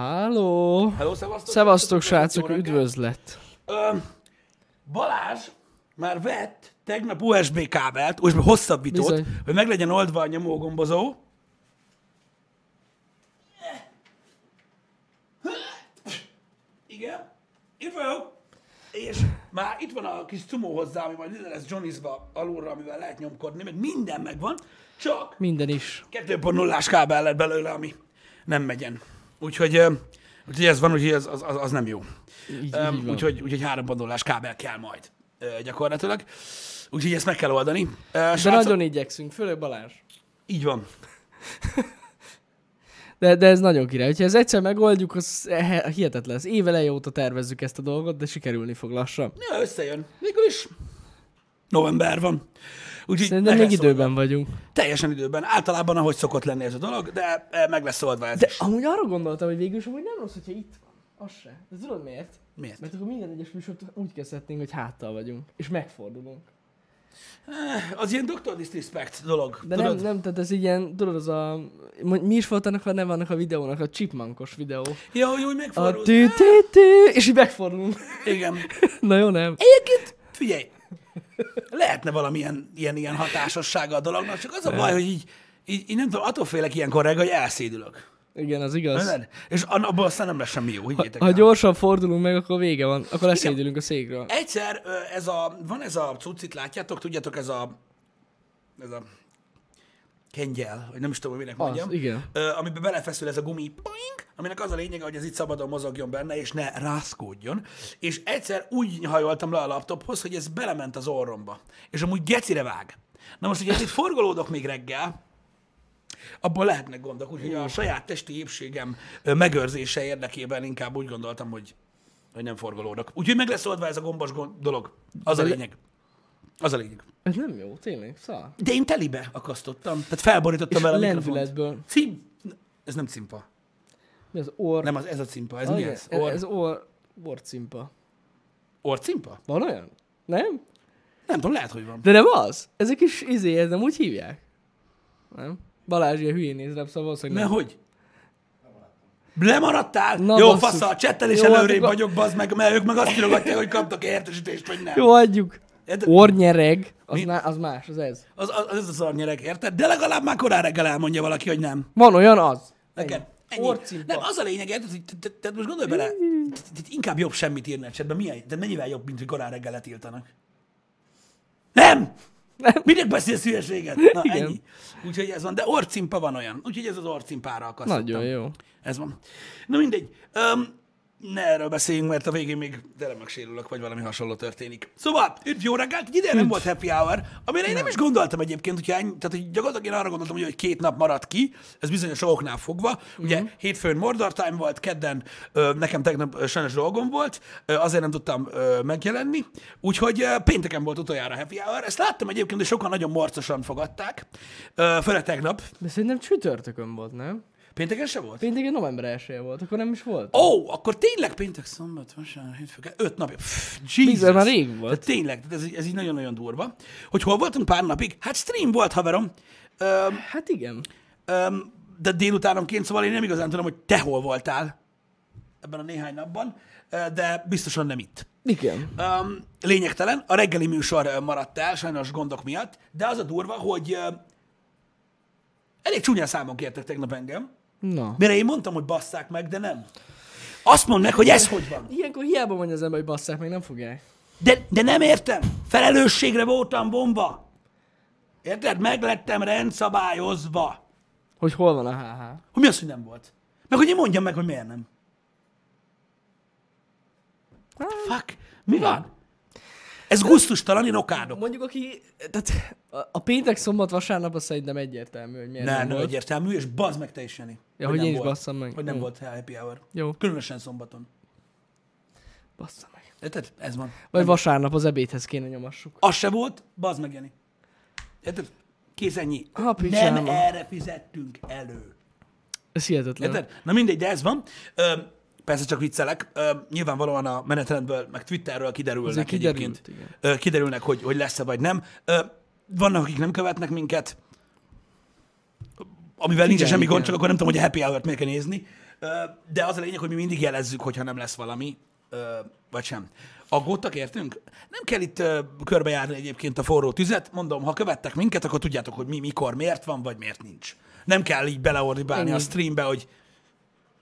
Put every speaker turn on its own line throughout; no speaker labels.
Halló!
Hello, szevasztok!
Szevasztok
Sziasztok,
srácok,
jó reggelt!
üdvözlet!
Öm, Balázs már vett tegnap USB kábelt, most már hosszabb vitót,
Bizony.
hogy meg legyen oldva a nyomógombozó. Igen, itt vagyok. És már itt van a kis cumó hozzá, ami majd ide lesz Johnny's-ba alulra, amivel lehet nyomkodni, mert minden megvan, csak
Minden is.
2.0-ás kábel lett belőle, ami nem megyen. Úgyhogy, ö, úgyhogy ez van, úgyhogy az, az, az az nem jó.
Így,
Öm,
így van.
úgyhogy, úgyhogy 3.0-ás kábel kell majd ö, gyakorlatilag. Úgyhogy ezt meg kell oldani. Ö,
De
Srácok,
nagyon igyekszünk, főleg Balázs.
Így van.
De, de ez nagyon király. Ha ez egyszer megoldjuk, az eh, hihetetlen. Ez éveleje óta tervezzük ezt a dolgot, de sikerülni fog lassan.
Ja, összejön. Végül is november van. Úgyhogy
Szerintem
meg
még
lesz oldva.
időben vagyunk.
Teljesen időben. Általában ahogy szokott lenni ez a dolog, de ö, meg lesz oldva ez
De
is.
amúgy arra gondoltam, hogy végül is amúgy nem rossz, hogyha itt van. Az se. De tudod miért?
Miért?
Mert akkor minden egyes műsort úgy kezdhetnénk, hogy háttal vagyunk. És megfordulunk.
Az ilyen Dr. Disrespect dolog.
De nem,
tudod?
nem, tehát ez így ilyen, tudod, az a... mo- Mi is volt annak a neve annak a videónak, a chipmankos videó.
Ja, hogy úgy
A
megfordul.
tű, tű, tű, és így megfordulunk.
Igen.
Na jó, nem?
Egyébként, figyelj, lehetne valamilyen ilyen, ilyen hatásossága a dolognak, csak az a baj, hogy így, így, így nem tudom, attól félek ilyenkor reggel, hogy elszédülök.
Igen, az igaz.
Tudod? És an- abból aztán nem lesz semmi jó, higgyétek
Ha
el.
gyorsan fordulunk meg, akkor vége van. Akkor leszédülünk a székről.
Egyszer ö, ez a, van ez a cuccit, látjátok, tudjátok, ez a, ez a kengyel, vagy nem is tudom, hogy minek mondjam.
igen.
Ö, amiben belefeszül ez a gumi, poink, aminek az a lényege, hogy ez itt szabadon mozogjon benne, és ne rászkódjon. És egyszer úgy hajoltam le a laptophoz, hogy ez belement az orromba. És amúgy gecire vág. Na most, hogy itt forgolódok még reggel, abból lehetnek gondok, úgyhogy a saját testi épségem ö, megőrzése érdekében inkább úgy gondoltam, hogy, hogy nem forgolódok. Úgyhogy meg lesz oldva ez a gombos gond- dolog. Az a lényeg. Az a lényeg.
Ez nem jó, tényleg, szar.
De én telibe akasztottam, tehát felborítottam
És
vele a mikrofont.
lendületből.
Cím... Ez nem cimpa.
Mi az orr?
Nem, az, ez a cimpa. Ez
Ah,
mi
igen,
ez? Or,
Ez orr... Orcimpa.
orcimpa?
Van olyan? Nem?
Nem tudom, lehet, hogy van.
De nem az? Ez egy kis izé, ez nem úgy hívják? Nem? Balázs ilyen hülyén néz rám, szóval valószínűleg
Ne,
nem.
hogy? Lemaradtál?
Na,
Jó,
basszus.
fasza, a csettel is
Jó, hát
előrébb
addig a-
vagyok, bazd meg, mert ők meg azt írogatják, hogy kaptak értesítést, vagy nem.
Jó, adjuk.
Érted?
Ornyereg, az,
Mi?
má, az más, az ez.
Az, az, az, az arnyerek, érted? De legalább már korán reggel elmondja valaki, hogy nem.
Van olyan az.
Nekem. Ennyi.
Orcimpa.
Nem, az a lényeg, érted, hogy te, te, te most gondolj bele, te, te, te inkább jobb semmit írni a csetben. Milyen, de mennyivel jobb, mint hogy korán reggel letiltanak? Nem!
Nem.
Minek beszélsz hülyeséget? Na,
Igen.
ennyi. Úgyhogy ez van. De orcimpa van olyan. Úgyhogy ez az orcimpára akasztottam.
Nagyon jó.
Ez van. Na mindegy. Um, ne erről beszéljünk, mert a végén még tele megsérülök, vagy valami hasonló történik. Szóval, üdv, jó reggelt, egy ideje nem volt happy hour, amire én nem is gondoltam egyébként, hogyha ennyi, tehát hogy gyakorlatilag én arra gondoltam, hogy, hogy két nap maradt ki, ez bizonyos oknál fogva. Ugye hétfőn Mordor Time volt, kedden ö, nekem tegnap ö, sajnos dolgom volt, ö, azért nem tudtam ö, megjelenni, úgyhogy ö, pénteken volt utoljára happy hour. Ezt láttam egyébként, hogy sokan nagyon morcosan fogadták, ö, főleg tegnap.
De szerintem csütörtökön volt, nem?
Pénteken se volt?
Pénteken november 1 volt, akkor nem is volt.
Ó, oh, akkor tényleg péntek, szombat, vasárnap, hétfő, kedd- öt napja. Pff, Jesus.
Bizony, már rég volt.
De tényleg, tehát ez, így- ez így nagyon-nagyon durva. Hogy hol voltunk pár napig? Hát stream volt, haverom. Öm,
Hát igen.
öm, de délutánonként, szóval én nem igazán tudom, hogy te hol voltál ebben a néhány napban, ö, de biztosan nem itt.
Igen.
Um, lényegtelen, a reggeli műsor ö, maradt el, sajnos gondok miatt, de az a durva, hogy ö, elég csúnyán számon kértek tegnap engem,
Na.
mire én mondtam, hogy basszák meg, de nem. Azt mondd meg, hogy ez hogy van.
Ilyenkor hiába mondja az ember, hogy basszák, meg nem fogják.
De, de nem értem. Felelősségre voltam bomba. Érted? Meg lettem rendszabályozva.
Hogy hol van a HH.
Hogy mi az, hogy nem volt? Meg hogy én mondjam meg, hogy miért nem. Fuck. Mi van? Ez gusztustalan, én okádok.
Mondjuk aki, tehát a, a péntek, szombat, vasárnap az szerintem egyértelmű, hogy miért nem,
Nem, nem
volt.
egyértelmű, és bazd meg te is, Jani.
Ja, hogy
nem
én is
volt.
basszam meg.
Hogy nem
Jó.
volt happy hour.
Jó.
Különösen szombaton.
Bassza meg.
Érted? Ez van.
Vagy vasárnap az ebédhez kéne nyomassuk.
Az se volt, bazd meg, Jani. Érted? Kész ennyi.
Ha,
nem
picsáma.
erre fizettünk elő.
Ez hihetetlen.
Érted? Na mindegy, de ez van. Ö, persze csak viccelek. Ö, nyilvánvalóan a menetrendből, meg Twitterről kiderülnek
Azért kiderült,
egyébként. Ö, kiderülnek, hogy, hogy lesz-e vagy nem. Ö, vannak, akik nem követnek minket, amivel
Igen,
nincsen semmi gond,
igen.
csak akkor nem tudom, hogy a happy hour-t miért kell nézni. Ö, De az a lényeg, hogy mi mindig jelezzük, hogyha nem lesz valami, ö, vagy sem. Aggódtak, értünk? Nem kell itt ö, körbejárni egyébként a forró tüzet. Mondom, ha követtek minket, akkor tudjátok, hogy mi, mikor, miért van, vagy miért nincs. Nem kell így beleordibálni a
Ennyi.
streambe, hogy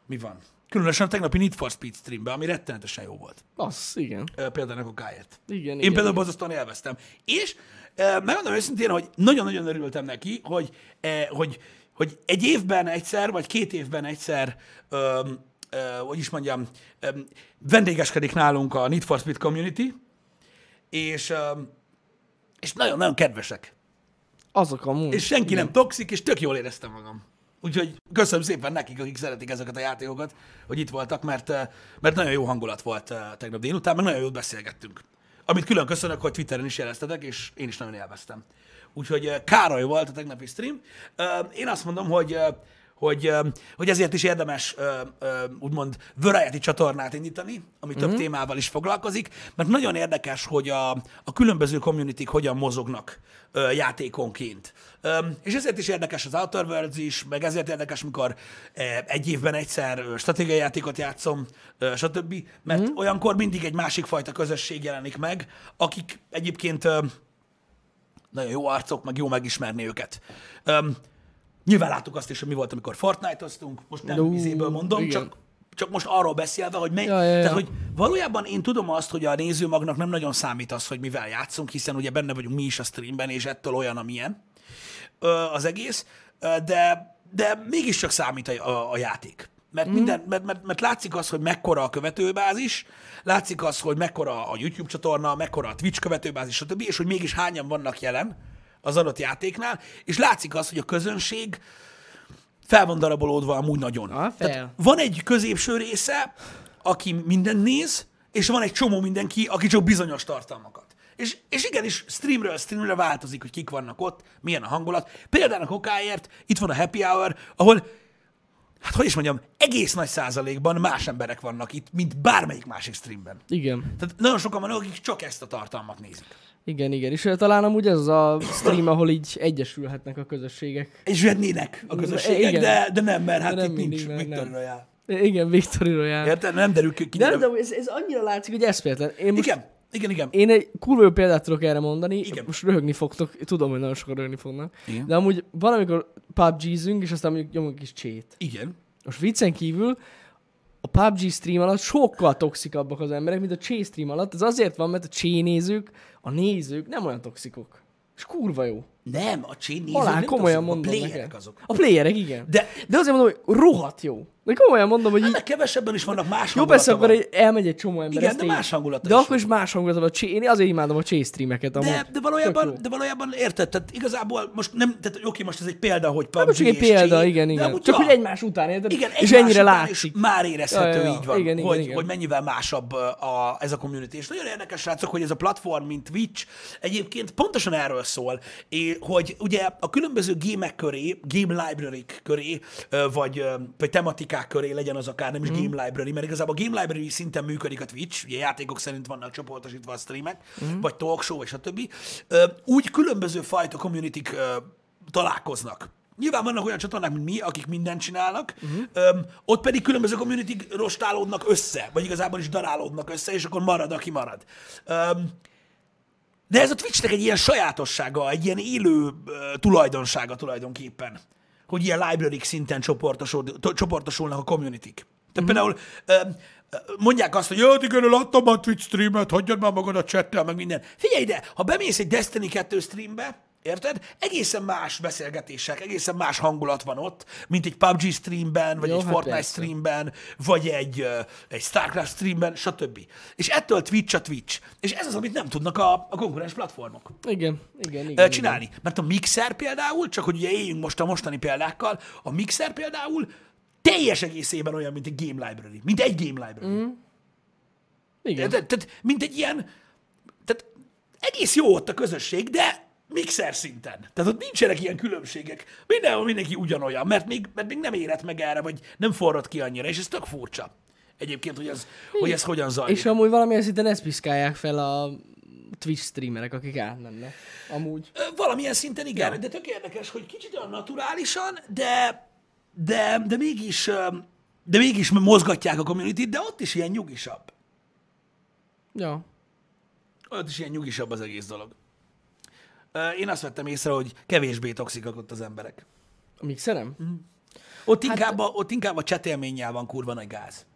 mi van. Különösen a tegnapi Need for Speed streambe, ami rettenetesen jó volt.
Az, igen.
Ö, Például a káját.
Igen,
Én
igen,
például
igen.
borzasztóan élveztem. És e, megmondom őszintén, hogy nagyon-nagyon örültem neki, hogy, e, hogy, hogy egy évben egyszer, vagy két évben egyszer, öm, ö, hogy is mondjam, öm, vendégeskedik nálunk a Need for Speed Community, és, öm, és nagyon-nagyon kedvesek.
Azok a munk.
És senki nem toxik, és tök jól éreztem magam. Úgyhogy köszönöm szépen nekik, akik szeretik ezeket a játékokat, hogy itt voltak, mert, eh, mert nagyon jó hangulat volt eh, tegnap délután, meg nagyon jót beszélgettünk. Amit külön köszönök, hogy Twitteren is jeleztetek, és én is nagyon élveztem. Úgyhogy eh, Károly volt a tegnapi stream. Eh, Én azt mondom, hogy eh, hogy, eh, hogy ezért is érdemes eh, eh, úgymond variety csatornát indítani, ami több témával is foglalkozik, mert nagyon érdekes, hogy a, a különböző community hogyan mozognak eh, játékonként. Öm, És ezért is érdekes az Outer Worlds is, meg ezért érdekes, mikor eh, egy évben egyszer ö, stratégiai játékot játszom, ö, stb., mert olyankor mindig egy másik fajta közösség jelenik meg, akik egyébként ö, nagyon jó arcok, meg jó megismerni őket. Öm, Nyilván láttuk azt is, hogy mi volt, amikor Fortnite-oztunk, most nem
Ú,
vizéből mondom,
igen.
csak, csak most arról beszélve, hogy mely,
Ja, ja, ja.
Tehát, hogy valójában én tudom azt, hogy a nézőmagnak nem nagyon számít az, hogy mivel játszunk, hiszen ugye benne vagyunk mi is a streamben, és ettől olyan, amilyen ö, az egész, ö, de, de mégiscsak számít a, a, a játék.
Mhm.
Mert, minden, mert, mert, mert látszik az, hogy mekkora a követőbázis, látszik az, hogy mekkora a YouTube csatorna, mekkora a Twitch követőbázis, stb., és hogy mégis hányan vannak jelen az adott játéknál, és látszik az, hogy a közönség fel van darabolódva amúgy nagyon.
Ah, fel.
Tehát van egy középső része, aki mindent néz, és van egy csomó mindenki, aki csak bizonyos tartalmakat. És, és igenis, streamről streamre változik, hogy kik vannak ott, milyen a hangulat. Például a kokáért itt van a happy hour, ahol, hát hogy is mondjam, egész nagy százalékban más emberek vannak itt, mint bármelyik másik streamben.
Igen,
Tehát nagyon sokan vannak, akik csak ezt a tartalmat nézik.
igen, igen. És eh, talán amúgy ez az a stream, ahol így egyesülhetnek a közösségek.
És vennének a közösségek,
igen.
de, de nem, mert hát
nem
itt nincs
mindig, mert
Victor
nem.
Royale.
Eh, Igen, Victory Royale.
Érted? Nem derül ki. ki
De nem, de ez, ez annyira látszik, hogy eszméletlen. Én most,
Igen, igen, igen.
Én egy kurva jó példát tudok erre mondani,
Igen.
Igen. most röhögni fogtok, tudom, hogy nagyon sokan röhögni fognak,
Igen.
Igen. de amúgy valamikor PUBG-zünk, és aztán mondjuk nyomunk is csét.
Igen.
Most viccen kívül a PUBG stream alatt sokkal toxikabbak az emberek, mint a Csé stream alatt. Ez azért van, mert a Csé nézők, a nézők nem olyan toxikok. És kurva jó.
Nem, a csin nézők
Alá,
nem
komolyan
azok,
mondom
a
neked.
playerek azok.
A playerek, igen.
De-
De, de azért mondom, hogy rohadt jó. De komolyan mondom, hogy így,
Ennek kevesebben is vannak más
jó,
hangulata
persze,
van.
akkor egy, elmegy egy csomó ember.
Igen,
ez
de
tény.
más hangulata
De
is
akkor is más hangulata van. a Csé- Én azért imádom a Csé streameket amúgy.
De, de,
Tök
valójában,
jó.
de valójában érted, tehát igazából most nem, tehát oké, most ez egy példa, hogy PUBG
Nem csak egy
és
példa,
Csi,
igen,
de
igen.
amúgy
Csak
ja.
hogy egymás után, érted?
igen,
és
egymás
ennyire
után is
látszik.
Már érezhető
Ja, ja, ja.
így van,
Igen, igen,
hogy,
igen.
hogy mennyivel másabb ö, a, ez a community. És nagyon érdekes, srácok, hogy ez a platform, mint Twitch, egyébként pontosan erről szól, é- hogy ugye a különböző gémek köré, game library köré, ö, vagy, ö, vagy tematikák köré legyen az akár, nem is
Mhm.
game library, mert igazából a game library szinten működik a Twitch, ugye játékok szerint vannak csoportosítva a streamek,
Mhm.
vagy talk show, és a többi. Úgy különböző fajta community találkoznak. Nyilván vannak olyan csatornák, mint mi, akik mindent csinálnak, uh-huh. öm, ott pedig különböző community rostálódnak össze, vagy igazából is darálódnak össze, és akkor marad, aki marad. Öm, de ez a Twitchnek egy ilyen sajátossága, egy ilyen élő ö, tulajdonsága tulajdonképpen, hogy ilyen library szinten csoportosul, to- csoportosulnak a community
Mhm.
Tehát mm-hmm. például ö, ö, mondják azt, hogy jött, igen, láttam a Twitch streamet, hagyjad már magad a chattel, meg minden. Figyelj ide, ha bemész egy Destiny 2 streambe, Érted? Egészen más beszélgetések, egészen más hangulat van ott, mint egy PUBG streamben, vagy
Jó,
egy
hát
Fortnite
persze.
streamben, vagy egy, ö, egy StarCraft streamben, stb. És ettől Twitch a Twitch. És ez az, amit nem tudnak a, a konkurens platformok
Igen, igen,
ö,
igen.
csinálni. Mert a Mixer például, csak hogy ugye éljünk most a mostani példákkal, a Mixer például teljes egészében olyan, mint egy game library. Mint egy game library. Mm.
Igen.
Tehát, tehát, mint egy ilyen, tehát egész jó ott a közösség, de mixer szinten. Tehát ott nincsenek ilyen különbségek. Mindenhol mindenki ugyanolyan, mert még, mert még nem érett meg erre, vagy nem forrad ki annyira, és ez tök furcsa. Egyébként, hogy ez, hogy ez hogyan zajlik.
És amúgy valamilyen szinten ezt piszkálják fel a Twitch streamerek, akik átmennek. Amúgy.
Ö, Valamilyen szinten igen, ja. de tök érdekes, hogy kicsit olyan naturálisan, de, de, de mégis, ö, de mégis mozgatják a community de ott is ilyen nyugisabb.
Ja.
Ott is ilyen nyugisabb az egész dolog. Ö, Én azt vettem észre, hogy kevésbé toxikak ott az emberek.
A mixerem?
Mhm. Ott inkább, a, ott inkább a csetélménnyel van kurva nagy gáz.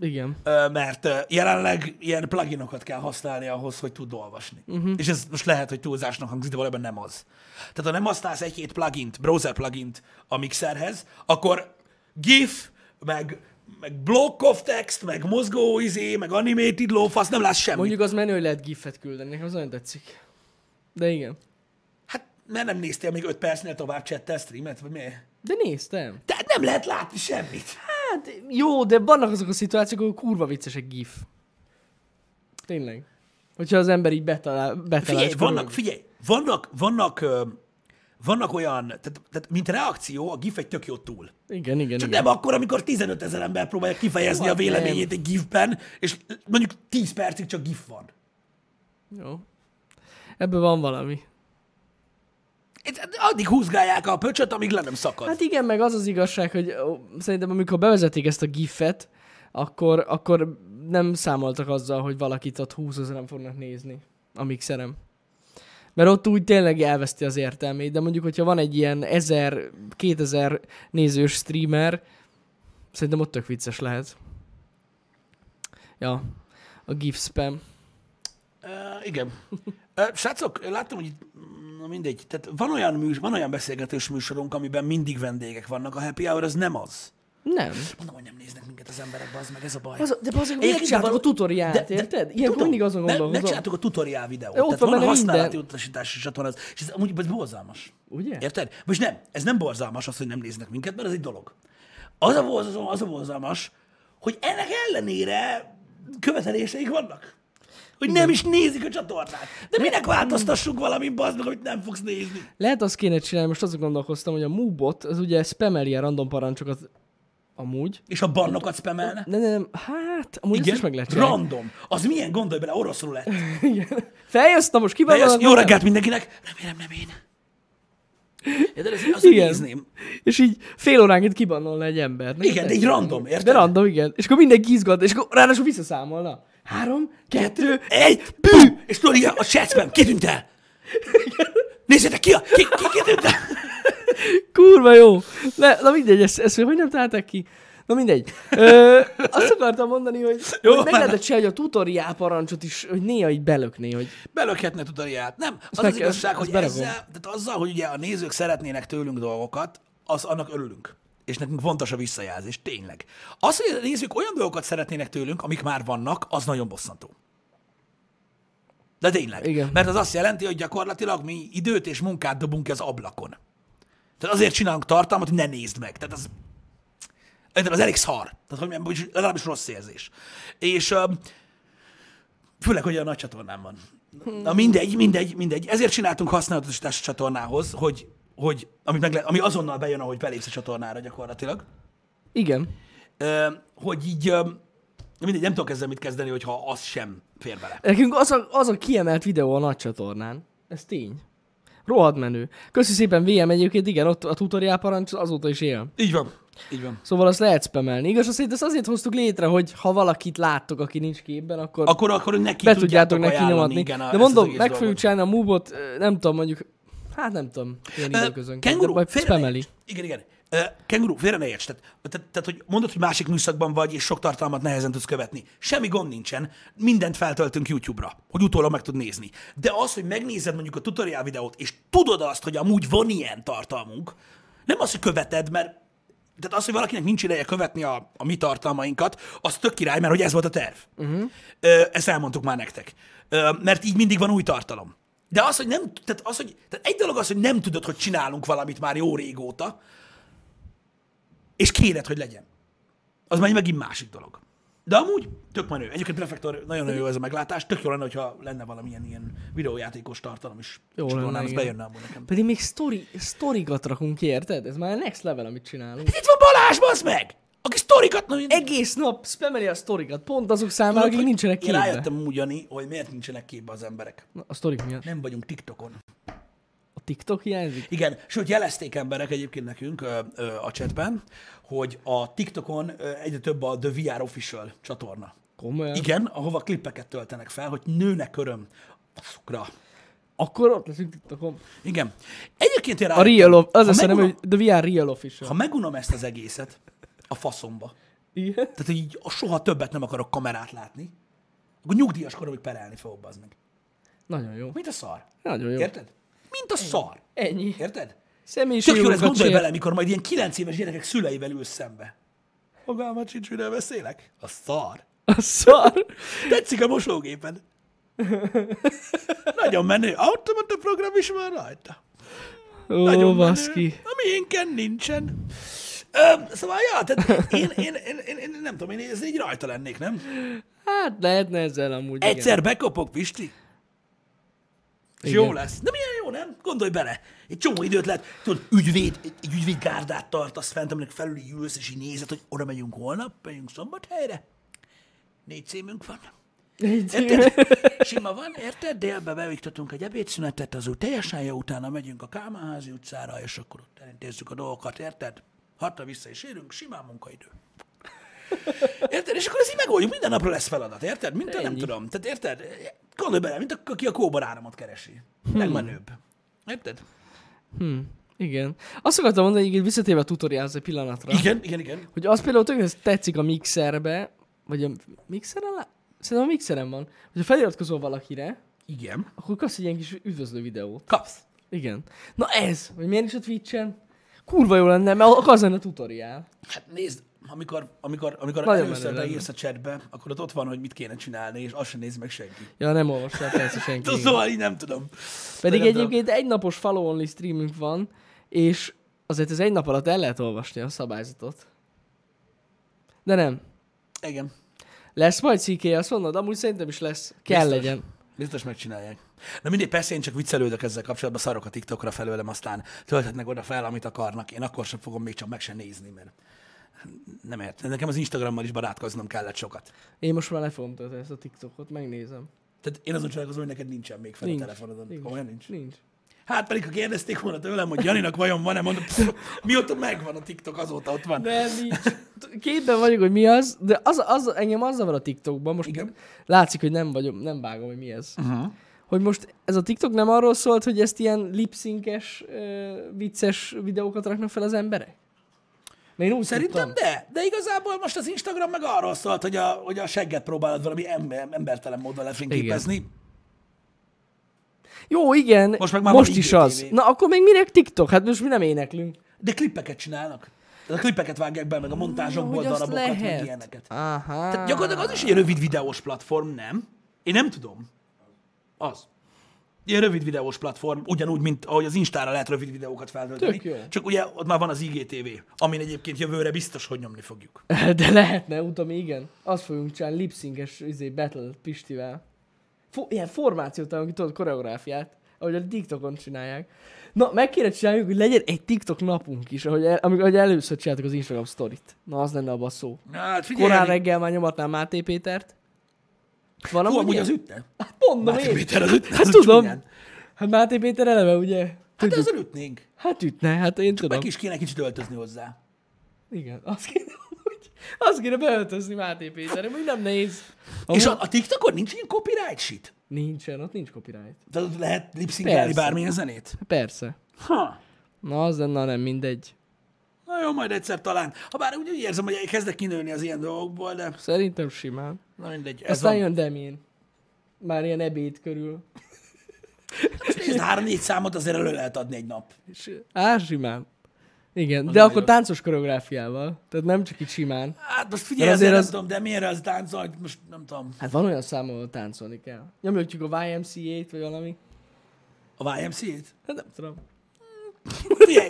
Igen.
Ö, mert ö, jelenleg ilyen pluginokat kell használni ahhoz, hogy tud olvasni. Uh-huh. És ez most lehet, hogy túlzásnak hangzik, de valójában nem az. Tehát ha nem használsz egy-két plugint, browser plugint a mixerhez, akkor GIF, meg, meg block of text, meg mozgó izé, meg animated lófasz, nem látsz semmit. Mondjuk...
Mondjuk az menő, hogy lehet gifet küldeni, nekem az nagyon tetszik. De igen.
Hát, mert nem néztél még 5 percnél tovább csettel streamet, vagy mi?
De néztem.
Tehát nem lehet látni semmit.
Hát jó, de vannak azok a szituációk, ahol kurva vicces egy gif. Tényleg. Hogyha az ember így betalál, betalál
Figyelj,
és
vannak,
körülmegy.
figyelj, vannak, vannak, ö, vannak olyan, tehát, tehát mint reakció, a GIF egy tök jó túl.
Igen, igen,
Csak
igen.
nem akkor, amikor 15 ezer ember próbálja kifejezni
Jó,
a
hát
véleményét egy GIF-ben, és mondjuk 10 percig csak GIF van.
Jó. Ebből van valami.
Itt Addig húzgálják a pöcsöt, amíg le nem szakad.
Hát igen, meg az az igazság, hogy ó, szerintem amikor bevezették ezt a gifet, akkor, akkor nem számoltak azzal, hogy valakit ott 20 ezeren fognak nézni a mixerem. Mert ott úgy tényleg elveszti az értelmét, de mondjuk, hogyha van egy ilyen 1000-2000 nézős streamer, szerintem ott tök vicces lehet. Ja, a gif spam.
Uh, igen. Uh, srácok, láttam, hogy itt- na mindegy, tehát van olyan, műs, van olyan beszélgetős műsorunk, amiben mindig vendégek vannak, a happy hour az nem az.
Nem.
Mondom, hogy nem néznek minket az emberek, az meg ez a baj.
Az, de az,
Egyébként
miért csináltak a
való-
tutoriát, érted? Ilyenkor mindig azon
ne- Ne,
gondolkozom.
csináltuk a tutoriál videót.
Ott
Ott tehát
van
van, a
benne
használati
minden.
utasítás is ott van az. És ez amúgy ez borzalmas.
Ugye?
Érted? Most nem, ez nem borzalmas az, hogy nem néznek minket, mert ez egy dolog. Az a, borzalmas, az a borzalmas, hogy ennek ellenére követeléseik vannak. Hogy nem is nézik a csatornát. De minek változtassunk valami bazd meg, amit nem fogsz nézni?
Lehet azt kéne csinálni, most azon gondolkoztam, hogy a Mubot, az ugye spameli a random parancsokat amúgy.
És a bannokat spamelne?
Nem, nem, nem, hát, amúgy ezt is meg lehet csinálni.
random. Az milyen gondolj bele, oroszul lett.
Igen. Feljössz, na most
De
kivágod.
jössz, jó reggelt mindenkinek! Remélem nem én. Érted, ez az, hogy
Igen.
nézném.
És így fél óránként kibannol egy ember.
Igen, de így random, érted?
De random, igen. És akkor mindenki izgat, és akkor ráadásul visszaszámolna. Három, kettő,
Egy, bű! És tudod, igen, a chatben kitűnt el. Nézzétek ki, a, ki, ki kitűnt el.
kurva jó. Le, na mindegy, ezt, ezt hogy nem találták ki? Na mindegy. Ö, azt akartam mondani, hogy,
Jó,
hogy meg
már-
lehetett csinálni a tutoriál parancsot is, hogy néha így belökné, hogy
Belökhetne tutoriát. Nem, az
meg
az
kell-
igazság,
azt
hogy
beragom.
ezzel, tehát azzal, hogy ugye a nézők szeretnének tőlünk dolgokat, az annak örülünk. És nekünk fontos a visszajelzés, tényleg. Az, hogy a nézők olyan dolgokat szeretnének tőlünk, amik már vannak, az nagyon bosszantó. De tényleg.
Igen.
Mert az azt jelenti, hogy gyakorlatilag mi időt és munkát dobunk ki az ablakon. Tehát azért csinálunk tartalmat, hogy ne nézd meg. Tehát az, érted, az elég szar. Tehát hogy mondjam, vagyis legalábbis rossz érzés. És öm, főleg, hogy a nagy csatornán van. Na mindegy, mindegy, mindegy. Ezért csináltunk használatosítást a csatornához, hogy, hogy amit meg le, ami azonnal bejön, ahogy belépsz a csatornára gyakorlatilag.
igen.
Öm, hogy így, öm, mindegy, nem tudok ezzel mit kezdeni, hogyha az sem fér bele.
Nekünk az a, az a kiemelt videó a nagy csatornán. Ez tény. Rohadt menő. Köszi szépen VM egyébként, igen, ott a tutoriál parancs azóta is él.
Így van. Így van.
Szóval azt lehet spamelni. Igaz, azt ezt azért hoztuk létre, hogy ha valakit láttok, aki nincs képben, akkor,
Akkor, akkor neki
be tudjátok neki
ajánlani,
nyomatni.
igen,
De
a- ezt az
mondom,
egész
meg fogjuk
dolgot.
csinálni a múbot, nem tudom, mondjuk, hát nem tudom, ilyen
Ö,
időközönként. de
Kenguru,
majd
félre ne
spameli.
érts. Igen, igen. Ö, Kenguru, félre ne érts. Tehát, tehát, tehát, hogy mondod, hogy másik műszakban vagy, és sok tartalmat nehezen tudsz követni. Semmi gond nincsen. Mindent feltöltünk YouTube-ra, hogy utólag meg tud nézni. De az, hogy megnézed mondjuk a tutorial videót, és tudod azt, hogy amúgy van ilyen tartalmunk, nem az, hogy követed, mert tehát az, hogy valakinek nincs ideje követni a, a mi tartalmainkat, az tök király, mert hogy ez volt a terv. Uh-huh. Ö, ezt elmondtuk már nektek. Ö, mert így mindig van új tartalom. De az, hogy nem, tehát az, hogy, tehát egy dolog az, hogy nem tudod, hogy csinálunk valamit már jó régóta, és kéred, hogy legyen. Az már megint másik dolog. De amúgy tök menő. Egyébként Prefektor nagyon jó ez a meglátás. Tök jó lenne, hogyha lenne valamilyen ilyen videójátékos tartalom is.
Jó
Jó
lenne,
lenne, az
igen.
bejönne amúgy nekem.
Pedig még sztori, sztorigat rakunk ki, érted? Ez már next level, amit csinálunk.
Itt van Balázs, bazd meg! Aki sztorikat... Na, mindegy.
Egész nap spameli a sztorikat, pont azok számára, akik
hogy
nincsenek
Én
képben.
rájöttem ugyani, hogy miért nincsenek képbe az emberek.
Na, A sztorik miatt.
Nem vagyunk TikTokon.
A TikTok hiányzik?
Igen, sőt jelezték emberek egyébként nekünk ö, ö, a chatben, hogy a TikTokon ö, egyre több a The VR Official csatorna.
Komolyan?
Igen, ahova klippeket töltenek fel, hogy nőnek öröm a szukra.
Akkor ott leszünk TikTokon.
Igen. Egyébként én
A real of, az
Hát, ha,
azt hiszem,
megunom,
hogy The VR Real Official.
ha megunom ezt az egészet, a faszomba,
Igen.
tehát hogy így soha többet nem akarok kamerát látni, akkor nyugdíjas koromig perelni fogok, bazd meg.
Nagyon jó.
Mint a szar.
Nagyon jó.
Érted? Mint a szar.
Ennyi.
Érted? Tök jó lesz,
Személyiségjogokat
gondolj
sér.
bele, mikor majd ilyen 9 éves gyerekek szüleivel ülsz szembe. Fogalmat sincs, miről beszélek. A szar.
A szar.
Tetszik a mosógéped. Nagyon menő. Automata program is van rajta. Nagyon
Ó,
menő.
baszki.
A miénken nincsen. Ö, szóval, ja, tehát én, én, én, én, én nem tudom, én ez így rajta lennék, nem?
Hát lehetne ezzel amúgy. igen.
Egyszer bekopok, Pisti. És
Igen.
jó lesz. De milyen jó, nem? Gondolj bele. Egy csomó időt lehet, tudod, ügyvéd, egy- egy ügyvédgárdát tartasz fent, aminek felül így ülsz, és így nézed, hogy oda megyünk holnap, megyünk szombathelyre. Négy címünk van.
Egy-
Érted? Sima van, érted? Délbe beiktatunk egy ebédszünetet, az úgy teljesen jó, utána megyünk a Kálmánházi utcára, és akkor ott elintézzük a dolgokat, érted? Hatra vissza is érünk, simán munkaidő. Érted? És akkor ez így megoldjuk, minden napra lesz feladat, érted? Mint a nem
Ennyi.
tudom. Tehát érted? Gondolj bele, mint a- aki a kóbor áramot keresi.
Hmm.
Legmenőbb. Érted?
Hm, Igen. Azt akartam mondani, hogy így visszatérve a tutoriálhoz egy pillanatra.
Igen, igen, igen.
Hogy az például tök tetszik a mixerbe, vagy a mixeren lá... Szerintem a mixeren van. Hogyha feliratkozol valakire,
Igen.
akkor kapsz egy ilyen kis üdvözlő videót.
Kapsz.
Igen. Na ez, vagy miért is a Twitch-en? Kurva jó lenne, mert akkor az lenne a tutoriál.
Hát nézd, amikor, amikor, amikor
Nagyon
először
menő lenne.
beírsz a chatbe, akkor ott, ott van, hogy mit kéne csinálni, és azt sem néz meg senki.
Ja, nem olvastál persze senki.
Tudom, szóval így nem tudom.
Pedig
nem tudom.
egyébként egy napos follow only streamünk van, és azért ez egy nap alatt el lehet olvasni a szabályzatot. De nem.
Igen.
Lesz majd cikke, azt mondod? Amúgy szerintem is lesz. Kell
Biztos.
legyen.
Biztos megcsinálják. Na mindig persze én csak viccelődök ezzel kapcsolatban, szarok a TikTokra felőlem, aztán tölthetnek oda fel, amit akarnak. Én akkor sem fogom még csak meg sem nézni, mert nem ért. Nekem az Instagrammal is barátkoznom kellett sokat.
Én most már le fogom tölteni ezt a TikTokot, megnézem.
Tehát én azon csodálkozom, hogy neked nincsen még fel
Nincs.
a telefonodon.
Nincs.
Komolyan nincs.
Nincs.
Hát pedig, ha kérdezték volna tőlem, hogy Janinak vajon van-e, mondom, pff, mióta megvan a TikTok, azóta ott van.
Nem, nincs. Képben vagyok, hogy mi az, de az, az, engem az zavar a TikTokban, most
Igen.
Igen. látszik, hogy nem vagyok, nem vágom, hogy mi ez. Uh-huh. Hogy most ez a TikTok nem arról szólt, hogy ezt ilyen lipszinkes, ö, vicces videókat raknak fel az emberek? Mert én úgy
Szerintem
tudtam.
de, de igazából most az Instagram meg arról szólt, hogy a, hogy a segget próbálod valami ember, embertelen módon lefényképezni.
Jó, igen,
Most meg már
most
van
is
IGTV.
az. Na, akkor még minek TikTok? Hát most mi nem éneklünk.
De klippeket csinálnak. Tehát a klippeket vágják be, meg a montázsokból
Hogy azt
darabokat, meg
lehet.
ilyeneket.
Aha.
Tehát gyakorlatilag az is egy rövid videós platform, nem? Én nem tudom. Az. Ilyen rövid videós platform, ugyanúgy, mint ahogy az Instára lehet rövid videókat
Tök jó.
feltölteni. Csak ugye ott már van az IGTV, amin egyébként jövőre biztos, hogy nyomni fogjuk.
De lehetne, utána igen. Azt fogunk csinálni lipszinkes izé, battle Pistivel. Fo- ilyen formációt találunk, tudod, koreográfiát, ahogy a TikTokon csinálják. Na, meg kéne csináljuk, hogy legyen egy TikTok napunk is, ahogy, el, amikor ahogy először csináltuk az Instagram sztorit. Na, az lenne abban szó.
Na, Hát figyelj,
Korán
Jani.
reggel már nyomatnál Máté Pétert. Van amúgy
Hú, amúgy
ilyen?
az ütne.
Hát mondom
Máté
én.
Péter az ütne.
Hát
az
tudom.
csúnyán.
Hát Máté Péter eleve, ugye?
Hát
Tudjuk.
ezzel ütnénk.
Hát ütne, hát én
Meg
tudom.
is kéne kicsit öltözni hozzá.
Igen, azt kéne, amúgy- azt kéne beöltözni Máté Péterre, hogy nem nehéz.
És a, a TikTokon nincs ilyen copyright shit?
Nincsen, ott nincs copyright.
Tehát ott lehet lipszinkelni
Persze.
bármilyen zenét?
Persze.
Ha.
Na, az lenne, nem mindegy.
Na jó, majd egyszer talán. Habár úgy, úgy érzem, hogy kezdek kinőni az ilyen dolgokból, de
Szerintem simán.
na mindegy. Ez
Aztán
Aztán van.
jön Demén. Már ilyen ebéd körül.
Most nézd, három-négy számot azért elő lehet adni egy nap.
És, á, simán. Igen, de akkor táncos koreográfiával. Tehát nem csak így simán.
Hát most figyelj,
De azért
azért nem
az-
tudom, de miért az táncol, most nem tudom.
Hát van olyan szám, ahol táncolni kell. Nyomjuk a YMCA-t, vagy valami.
A YMCA-t?
Hát nem tudom.
Figyelj!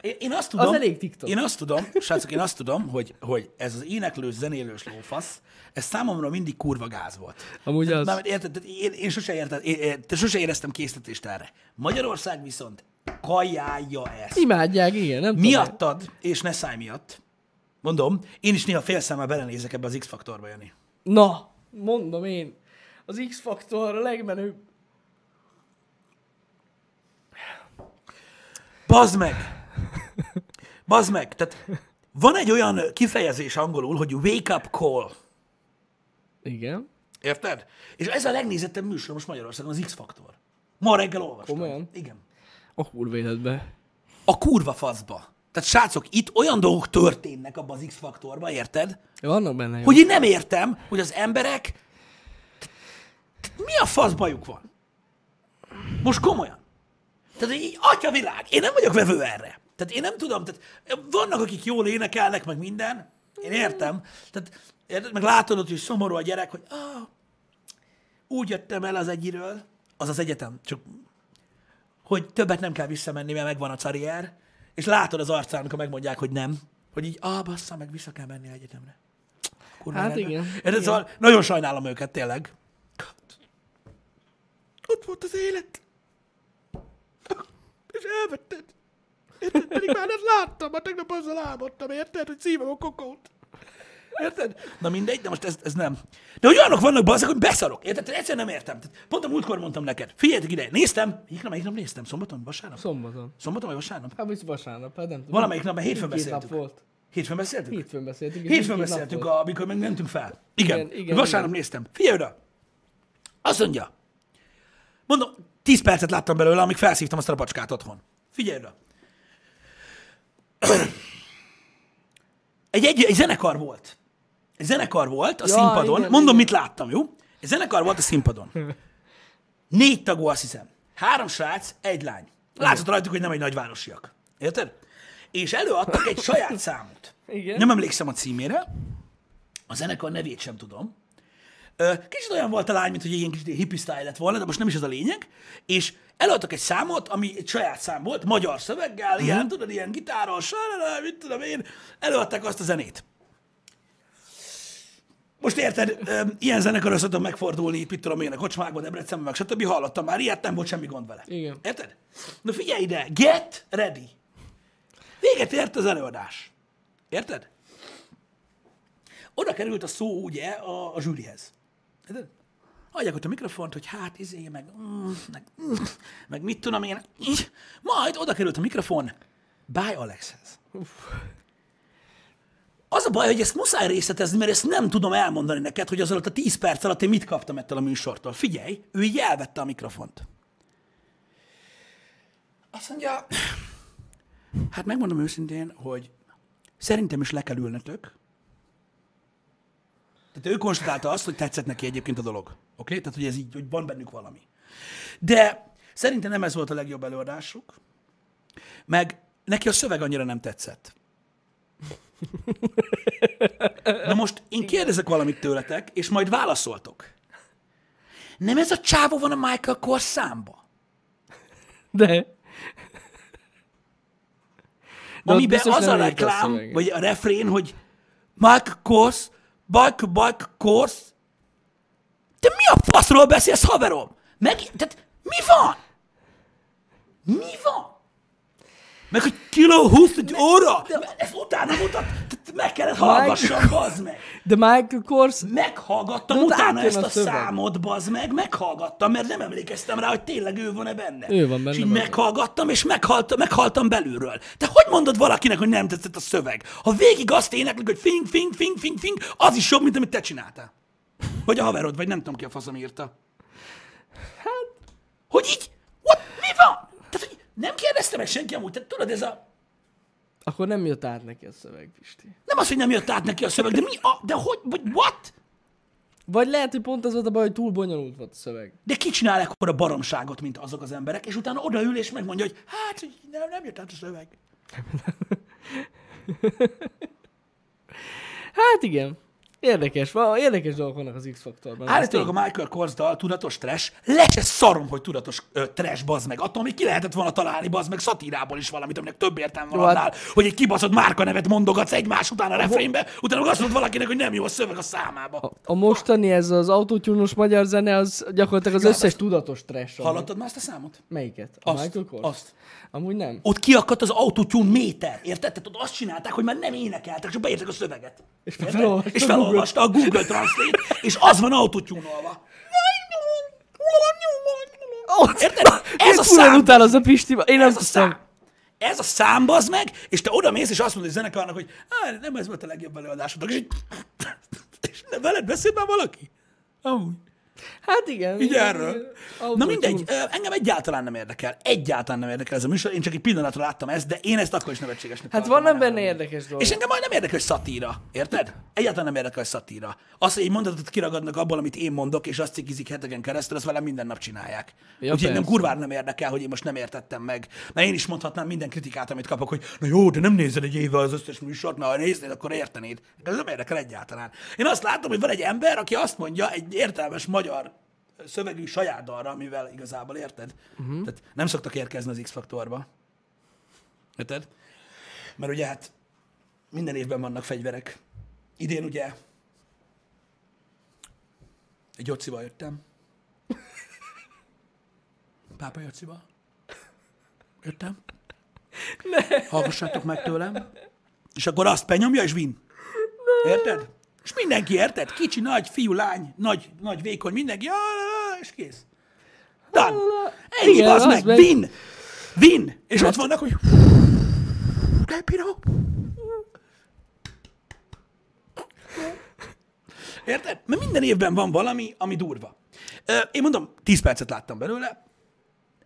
Én, én azt tudom,
Az elég TikTok.
Én azt tudom, srácok, én azt tudom, hogy, hogy ez az éneklős, zenélős lófasz, ez számomra mindig kurva gáz volt.
Amúgy az.
Mármint érted, tehát én, én, sose érted, én, én te sose éreztem késztetést erre. Magyarország viszont kajálja ezt.
Imádják, igen, nem tudom.
Miattad, és ne száj miatt, mondom, én is néha félszemmel belenézek ebbe az X-faktorba, Jani.
Na, mondom én. Az X-faktor a legmenőbb.
Bazd meg! Bazd meg! Tehát van egy olyan kifejezés angolul, hogy wake up call.
Igen.
Érted? És ez a legnézettebb műsor most Magyarországon, az X-faktor. Ma reggel olvastam.
Komolyan?
Igen.
A kurvéletbe.
A kurva faszba. Tehát srácok, itt olyan dolgok történnek abban az X-faktorban, érted?
Vannak benne jó.
Hogy én nem értem, hogy az emberek... Mi a fasz bajuk van? Most komolyan. Tehát így, atya világ, én nem vagyok vevő erre. Tehát én nem tudom, tehát vannak, akik jól énekelnek, meg minden, én értem. Tehát, érted, meg látod ott, hogy szomorú a gyerek, hogy ah, úgy jöttem el az egyiről, az az egyetem, csak hogy többet nem kell visszamenni, mert megvan a carrier, és látod az arcán, amikor megmondják, hogy nem, hogy így, ah, bassza, meg vissza kell menni az egyetemre. Kurva
Hát
életbe.
igen,
Érted,
igen.
Szóval nagyon sajnálom őket, tényleg. Ott volt az élet. És elvetted. Érted? Pedig már nem láttam, már tegnap azzal álmodtam, érted, hogy szívom a kokót. Érted? Na mindegy, de most ez, ez nem. De hogy olyanok vannak bazzak, hogy beszarok. Érted? Tehát Egyszerűen nem értem. Tehát Pont a múltkor mondtam neked. Figyeljetek ide, néztem. Melyik nap, melyik nap néztem? Szombaton, vasárnap?
Szombaton.
Szombaton vagy vasárnap?
Hát vagy vasárnap, hát nem tudom.
Valamelyik nap, mert hétfőn
Két nap
beszéltük.
volt.
Hétfőn beszéltük?
Hétfőn beszéltük. és
Hétfőn
két nap
beszéltük,
volt.
a, amikor még mentünk fel. Igen,
Igen,
igen,
igen,
igen vasárnap
igen.
néztem. Figyelj oda! Azt mondja, mondom, 10 percet láttam belőle, amíg felszívtam azt a rapacskát otthon. Figyelj oda! Egy, egy, egy zenekar volt. Egy zenekar volt a
Ja,
színpadon.
igen,
Mondom,
igen.
mit láttam, jó? Egy zenekar volt a színpadon. Négy tagú, azt hiszem. Három srác, egy lány. Látszott rajtuk, hogy nem egy nagyvárosiak. Érted? És előadtak egy saját számot.
Igen.
Nem emlékszem a címére. A zenekar nevét sem tudom. Ö, Kicsit olyan volt a lány, mint hogy egy ilyen kicsit ilyen hippie style lett volna, de most nem is ez a lényeg. És előadtak egy számot, ami egy saját szám volt, magyar szöveggel, uh-huh. ilyen, tudod, ilyen gitáros, lalala, mit tudom én, előadták azt a zenét. Most érted, ö, ilyen zenekar szoktam megfordulni, itt mit tudom én, a kocsmákban, Debrecenben, meg stb. Hallottam már ilyet, nem volt semmi gond vele.
Igen.
Érted? Na figyelj ide, get ready. Véget ért az előadás. Érted? Oda került a szó, ugye, a, a zsűrihez. Érted? Adják ott a mikrofont, hogy hát, izé, meg, mm, meg, mm, meg mit tudom én. Ih. Majd oda került a mikrofon Bye Alexhez. Az a baj, hogy ezt muszáj részletezni, mert ezt nem tudom elmondani neked, hogy az alatt a 10 perc alatt én mit kaptam ettől a műsortól. Figyelj, ő így elvette a mikrofont. Azt mondja, hát megmondom őszintén, hogy szerintem is le kell ülnötök. Tehát ő konstatálta azt, hogy tetszett neki egyébként a dolog. Oké? Okay? Tehát, hogy ez így, hogy van bennük valami. De szerintem nem ez volt a legjobb előadásuk, meg neki a szöveg annyira nem tetszett. Na most én kérdezek valamit tőletek, és majd válaszoltok. Nem ez a csávó van a Michael Kors számba?
De. De
De
ott
amiben
biztos
az a
nem írta
reklám,
szöveget.
vagy a refrén, hogy Mark Kors, Bike, Bike, Kors. Te mi a faszról beszélsz, haverom? Meg, tehát mi van? Mi van? Meg, hogy kiló 20 egy óra? De ez utána mutat, tehát meg kellett hallgassam, bazd meg.
De Michael Kors
Meghallgattam
De ott
utána
átjön
ezt
a
a,
szöveg.
számot, bazd meg, meghallgattam, mert nem emlékeztem rá, hogy tényleg ő van-e benne.
Ő van benne,
És így
bazd meg.
meghallgattam, és meghalt, meghaltam belülről. Te hogy mondod valakinek, hogy nem tetszett a szöveg? Ha végig azt éneklik, hogy fing, fing, fing, fing, fing, az is jobb, mint amit te csináltál. Vagy a haverod, vagy nem tudom ki a faszom írta. Hát...
Hát,
Hogy így? What? Mi van? Tehát, hogy nem kérdezte meg senki amúgy. Tehát tudod, ez a...
akkor nem jött át neki a szöveg, Pisti.
Nem az, hogy nem jött át neki a szöveg, de mi a... De hogy... Vagy what?
Vagy lehet, hogy pont az volt a baj, hogy túl bonyolult volt a szöveg.
De ki csinál ekkora baromságot, mint azok az emberek, és utána odaül és megmondja, hogy hát, hogy nem, nem jött át a szöveg.
Hát igen. Érdekes, val- érdekes dolgok vannak az X-faktorban.
Állítólag Hát, a Michael Kors dal tudatos trash, le se szarom, hogy tudatos ö, trash, bazd meg. Attól még ki lehetett volna találni, bazd meg, szatírából is valamit, aminek több értelme van
Jó, hát-
annál, hogy egy kibaszott márkanevet mondogatsz egymás után a refrénbe, utána meg azt mondod valakinek, hogy nem jó a szöveg a számába.
A- A mostani, ez az autótyúnos magyar zene, az gyakorlatilag az
Jó,
összes tudatos trash. ami-
Hallottad már ezt a számot?
Melyiket? A
Azt,
Michael Kors?
azt.
Amúgy nem.
Ott kiakadt az autotune méter, érted? Tehát ott azt csinálták, hogy már nem énekeltek, csak beírtak a szöveget.
És
Érted?
felolvasta
és
a Google.
felolvasta a Google Translate, és az van autotune-olva. Érted? Ez a
Kurva
szám!
utál az a Pisti, én nem
Ez a szám!
tudtam.
ez a szám bazd meg, és te oda mész, és azt mondod a zenekarnak, hogy "Á, nem ez volt a legjobb előadásotok, és így, és nem veled beszél már valaki? Amúgy.
Hát igen.
Így
igen,
erről.
igen. Autotune.
Na mindegy, ö, engem egyáltalán nem érdekel. Egyáltalán nem érdekel ez a műsor. Én csak egy pillanatra láttam ezt, de én ezt akkor is nevetségesnek
Hát
tartom.
vannak benne érdekes dolgok.
És engem majd nem érdekel, hogy szatíra. Érted? Egyáltalán nem érdekel, hogy szatíra. Az, hogy egy mondatot kiragadnak abból, amit én mondok, és azt cikizik heteken keresztül, azt velem minden nap csinálják.
Ja,
Úgyhogy engem
persze.
kurvára nem érdekel, hogy én most nem értettem meg. Na én is mondhatnám minden kritikát, amit kapok, hogy na jó, de nem nézel egy éve az összes műsort, mert ha néznéd, akkor értenéd. Ez nem érdekel egyáltalán. Én azt látom, hogy van egy ember, aki azt mondja, egy értelmes magyar szövegű saját dalra, amivel igazából érted.
Mhm.
Uh-huh. Tehát nem szoktak érkezni az X-faktorba. Érted? Mert ugye hát minden évben vannak fegyverek. Idén ugye egy jocival jöttem. Pápa jocival. Jöttem. Ne. Hallgassátok meg tőlem. És akkor azt benyomja, és vin. Érted? És mindenki érted? Kicsi, nagy, fiú, lány, nagy, nagy, vékony, mindenki. "Ja, ja, ja," És kész. Dan. Ennyi
Igen,
az
az
meg.
meg.
Vin. Vin. És ott vannak, hogy... De piró. Érted? Mert minden évben van valami, ami durva. Ö, Én mondom, 10 percet láttam belőle,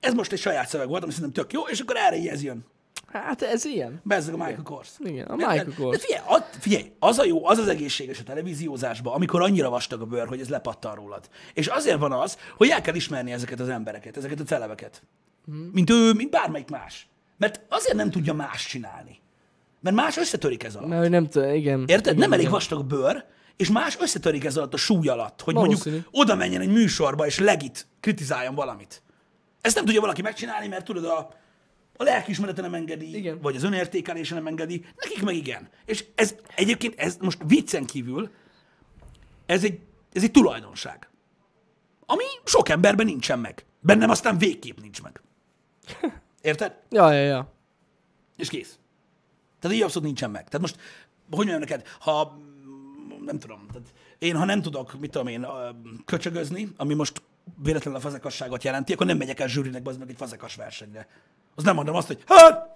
ez most egy saját szöveg volt, ami szerintem tök jó, és akkor erre így ez jön.
Hát ez ilyen.
Bezzeg a Michael Kors.
Igen, a
Érted?
Michael Kors.
De figyelj, ad, figyelj, az a jó, az az egészséges a televíziózásban, amikor annyira vastag a bőr, hogy ez lepattan rólad. És azért van az, hogy el kell ismerni ezeket az embereket, ezeket a celebeket.
Mhm.
Mint ő, mint bármelyik más. Mert azért nem tudja más csinálni. Mert más összetörik ez alatt.
Mert hogy nem tudom, igen.
Érted?
Igen,
Nem elég
igen.
vastag a bőr, és más összetörik ez alatt a súly alatt, hogy
Valószínű.
mondjuk oda menjen egy műsorba, és legit kritizáljon valamit. Ezt nem tudja valaki megcsinálni, mert tudod, a, a lelkiismerete nem engedi,
Igen.
vagy az önértékelése nem engedi, nekik meg igen. És ez egyébként, ez most viccen kívül, ez egy, ez egy tulajdonság, ami sok emberben nincsen meg. Bennem aztán végképp nincs meg. Érted?
Ja, ja, ja.
És kész. Tehát így abszolút nincsen meg. Tehát most, hogy mondjam neked, ha mm, nem tudom, tehát én ha nem tudok, mit tudom én, ö, köcsögözni, ami most véletlenül a fazekasságot jelenti, akkor nem megyek el zsűrinek bazd meg egy fazekas versenyre. Az nem mondom azt, hogy hát,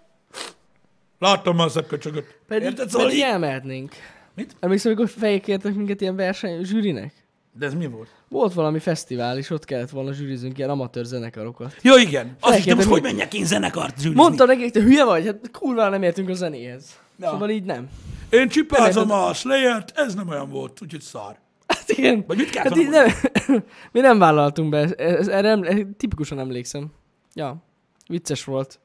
láttam már szebb köcsögöt.
Pedig,
Érted? Szóval
pedig
így...
elmehetnénk.
Mit?
Emlékszem, amikor fejkértek minket ilyen verseny zsűrinek?
De ez mi volt?
Volt valami fesztivál, és ott kellett volna zsűrizünk ilyen amatőr zenekarokat.
Jó, igen. Az is, de
Felkértem,
most hogy
hogy-
menjek én zenekart zsűrizni?
Mondtam nekik, te hülye vagy? Hát kurvára nem értünk a zenéhez.
Ja.
Ja. Szóval így nem.
Én csipázom a Slayer-t, ez nem olyan volt, úgyhogy szar.
Hát igen.
Vagy mit kellett
hát így
volna
nem, Mi nem vállaltunk be. Ez, erre eml- tipikusan emlékszem. Ja, vicces volt.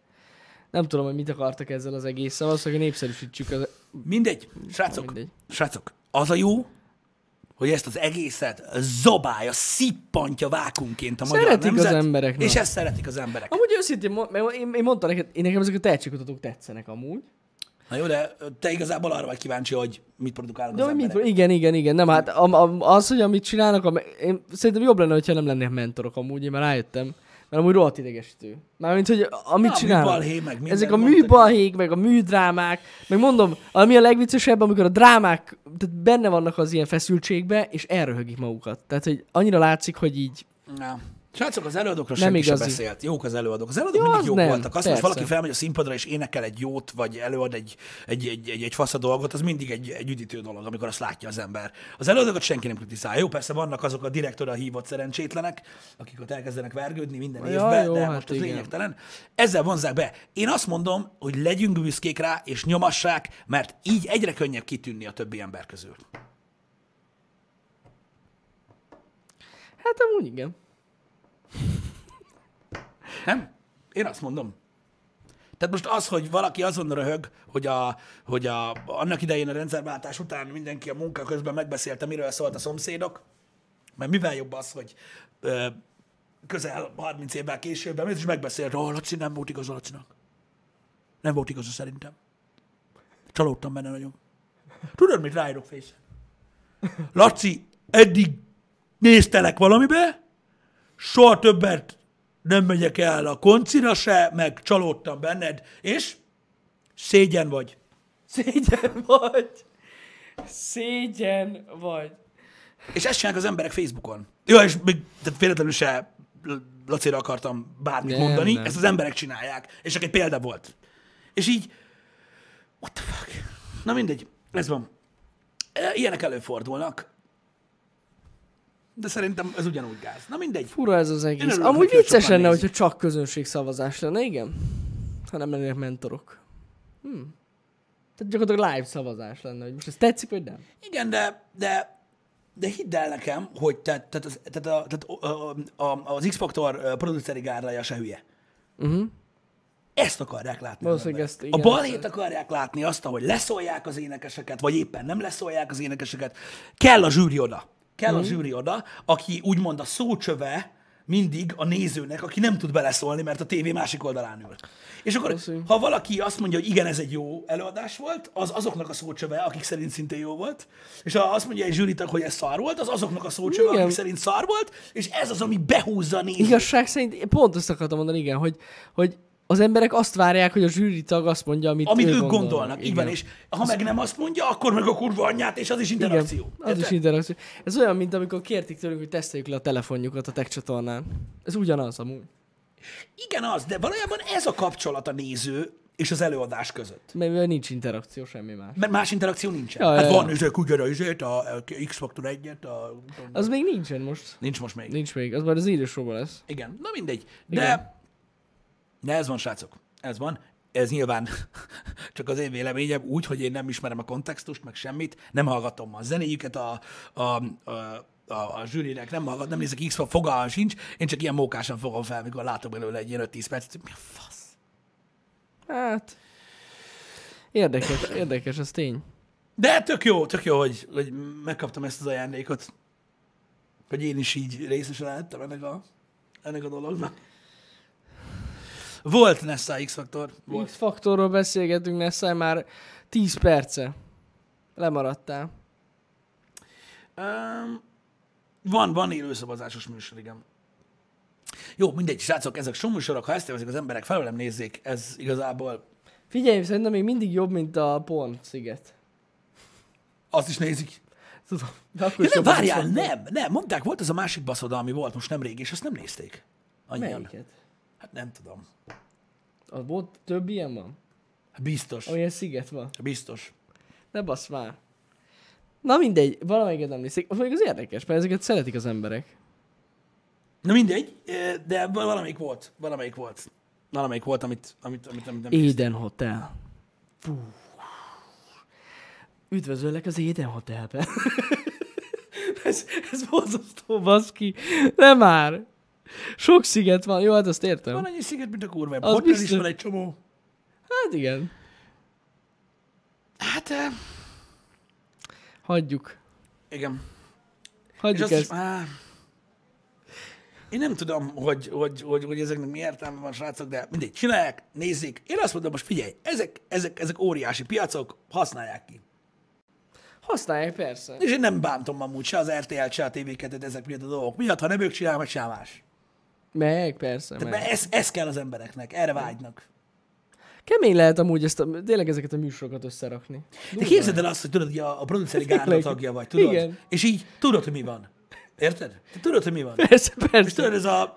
Nem tudom, hogy mit akartak ezzel az egésszel. Valószínűleg népszerűsítsük az...
Mindegy, srácok,
Mindegy.
srácok, az a jó, hogy ezt az egészet zobálja, szippantja vákumként a magyar
Szeretik az
nemzet,
emberek, na.
És ezt szeretik az emberek.
Amúgy őszintén, mo- mert én, én mondtam neked, én nekem ezek a tehetségkutatók tetszenek amúgy.
Na jó, de te igazából arra vagy kíváncsi, hogy mit produkálnak
De
az
hogy mit,
emberek.
igen, igen, igen. Nem, hát a, a, az, hogy amit csinálnak, a, én, szerintem jobb lenne, hogyha nem lennének mentorok amúgy, én már rájöttem. Mert amúgy rohadt idegesítő. Mármint, hogy amit
Na, a
csinálnak.
műbalhé, meg minden,
ezek a
mondtad.
műbalhék, meg a műdrámák, meg mondom, ami a legviccesebb, amikor a drámák tehát benne vannak az ilyen feszültségbe, és elröhögik magukat. Tehát, hogy annyira látszik, hogy így
Na. Srácok, az előadókra
Nem
senki
igazi.
sem beszélt. Jók az előadók. Az előadók
Jó,
mindig
az
jók
nem,
voltak. Azt, hogy
persze.
valaki felmegy a színpadra és énekel egy jót, vagy előad egy, egy, egy, egy, egy fasz a dolgot, az mindig egy, egy üdítő dolog, amikor azt látja az ember. Az előadókat senki nem kritizál. Jó, persze vannak azok a direktora hívott szerencsétlenek, akik ott elkezdenek vergődni minden
Ja,
évben,
jó,
de
hát
most az
igen.
lényegtelen. Ezzel vonzák be. Én azt mondom, hogy legyünk büszkék rá, és nyomassák, mert így egyre könnyebb kitűnni a többi ember közül.
Hát amúgy igen.
Nem? Én azt mondom. Tehát most az, hogy valaki azon röhög, hogy, a, hogy a, annak idején a rendszerváltás után mindenki a munka közben megbeszélte, miről szólt a szomszédok, mert mivel jobb az, hogy ö, közel 30 évvel később, ez is megbeszélt, hogy Laci nem volt igaz a Lacinak. Nem volt igaza szerintem. Csalódtam benne nagyon. Tudod, mit ráírok fészen? Laci, eddig néztelek valamibe, soha többet nem megyek el a koncira se, meg csalódtam benned, és szégyen vagy.
Szégyen vagy. Szégyen vagy.
És ezt csinálják az emberek Facebookon. Ja, és még tehát véletlenül se L- Lacira akartam bármit
Nem,
mondani,
nem.
ezt az emberek csinálják, és csak egy példa volt. És így, what the fuck? Na mindegy, ez van. E, Ilyenek előfordulnak. De szerintem ez ugyanúgy gáz. Na mindegy.
Fura ez az egész.
örülök
Amúgy
neki, hogy
vicces
sokan
lenne,
nézik.
hogyha csak közönségszavazás lenne, igen? Ha nem lennének mentorok. Hm. Tehát gyakorlatilag live szavazás lenne, hogy most ez tetszik, vagy nem?
Igen, de, de, de hidd el nekem, hogy te, tehát az, tehát a, tehát o- a, a, az X-Factor ö, produceri gárdája se hülye.
Uh-huh.
Ezt akarják látni.
Valószínűleg
az emberek.
ezt, igen,
a balhét akarják látni azt, hogy leszólják az énekeseket, vagy éppen nem leszólják az énekeseket. Kell a zsűri oda. Kell
Mhm.
a zsűri oda, aki úgymond a szócsöve mindig a nézőnek, aki nem tud beleszólni, mert a tévé másik oldalán ül. És akkor,
Valószínű.
ha valaki azt mondja, hogy igen, ez egy jó előadás volt, az azoknak a szócsöve, akik szerint szintén jó volt, és ha azt mondja egy zsűritak, hogy ez szar volt, az azoknak a szócsöve,
Igen.
akik szerint szar volt, és ez az, ami behúzza a nézőt.
Igazság szerint én pont azt akartam mondani, igen, hogy, hogy az emberek azt várják, hogy a zsűri tag azt mondja, amit,
amit
ő
ők gondolnak. Így van, és ha meg nem azt mondja, akkor meg a kurva anyját, és az is
igen,
interakció.
az is
Érted?
interakció. Ez olyan, mint amikor kértik tőlünk, hogy teszteljük le a telefonjukat a tech csatornán. Ez ugyanaz amúgy.
Igen, az, de valójában ez a kapcsolat a néző és az előadás között.
Mert mivel nincs interakció, semmi más.
Mert más interakció nincsen.
Ja,
Ja, hát
ja,
ja,
ja.
van ezek ugyanazért, a a X-Factor egyet, a...
Az még nincsen most.
Nincs most még.
Nincs még, az majd az idősóban lesz.
Igen, na mindegy. De,
Igen.
de ez van, srácok. Ez van. Ez nyilván csak az én véleményem úgy, hogy én nem ismerem a kontextust, meg semmit, nem hallgatom a zenéjüket a, a, a, a, a zsűrinek, nem hallgat, nem nézek x fogalmam sincs, én csak ilyen mókásan fogom fel, mikor látok belőle egy ilyen 5-10 percet, mi a fasz?
Hát... Érdekes, érdekes, az tény.
De tök jó, tök jó, hogy, hogy megkaptam ezt az ajándékot, hogy én is így részesen lehettem ennek a, ennek a dolognak. Volt Nessa X-Factor, volt.
X-faktorról beszélgetünk, Nessai már 10 perce. Lemaradtál.
Um, van, van élőszavazásos műsor, igen. Jó, mindegy, srácok, ezek sok műsorok, ha ezt élvezik az emberek, felőlem nézzék, ez igazából
Figyelj, szerintem még mindig jobb, mint a porn sziget.
azt is nézik.
Tudom. De akkor
Ja,
is
nem,
jobb az
várjál,
X-faktor.
nem, nem, mondták, volt az a másik baszoda, ami volt most nemrég, és azt nem nézték. Annyian.
Melyiket?
Hát nem tudom.
A, volt több ilyen van?
Hát Biztos.
Olyan sziget van?
Biztos.
Ne basz már. Na mindegy, valamelyiket emlékszik. Az még az érdekes, mert ezeket szeretik az emberek.
Na mindegy, eh, de valamelyik volt, valamelyik volt. Valamelyik volt, amit, amit, amit, amit nem
Éden Hotel. Fú. Üdvözöllek az Éden Hotelben. ez, ez borzasztó, baszki. Nem már. Sok sziget van. Jó, hát azt értem.
Van annyi sziget, mint a kurva.
Az
Hotel is
biztos.
van egy csomó.
Hát igen.
Hát, eh,
Hagyjuk.
igen. És
Hagyjuk
azt is,
ezt.
á, én nem tudom, hogy, hogy, hogy, hogy ezeknek mi értelme van, srácok, de mindegy, csinálják, nézzék. Én azt mondom, most figyelj, ezek, ezek, ezek óriási piacok, használják ki.
Használják persze.
És én nem bántom amúgy se az RTL, se a tv 2 ezek miatt a dolgok miatt, ha nem ők csinálják, meg csinál más.
Meg, persze, meg.
Mert ez, ez kell az embereknek, erre vágynak.
Kemény lehet amúgy ezt a, tényleg ezeket a műsorokat összerakni.
De képzeld el azt, hogy tudod, hogy a, a produceri gárda
Tényleg.
tagja vagy, tudod?
Igen.
És így tudod, hogy mi van. Érted? Te tudod, hogy mi van.
Persze,
És tudod,
persze.
ez a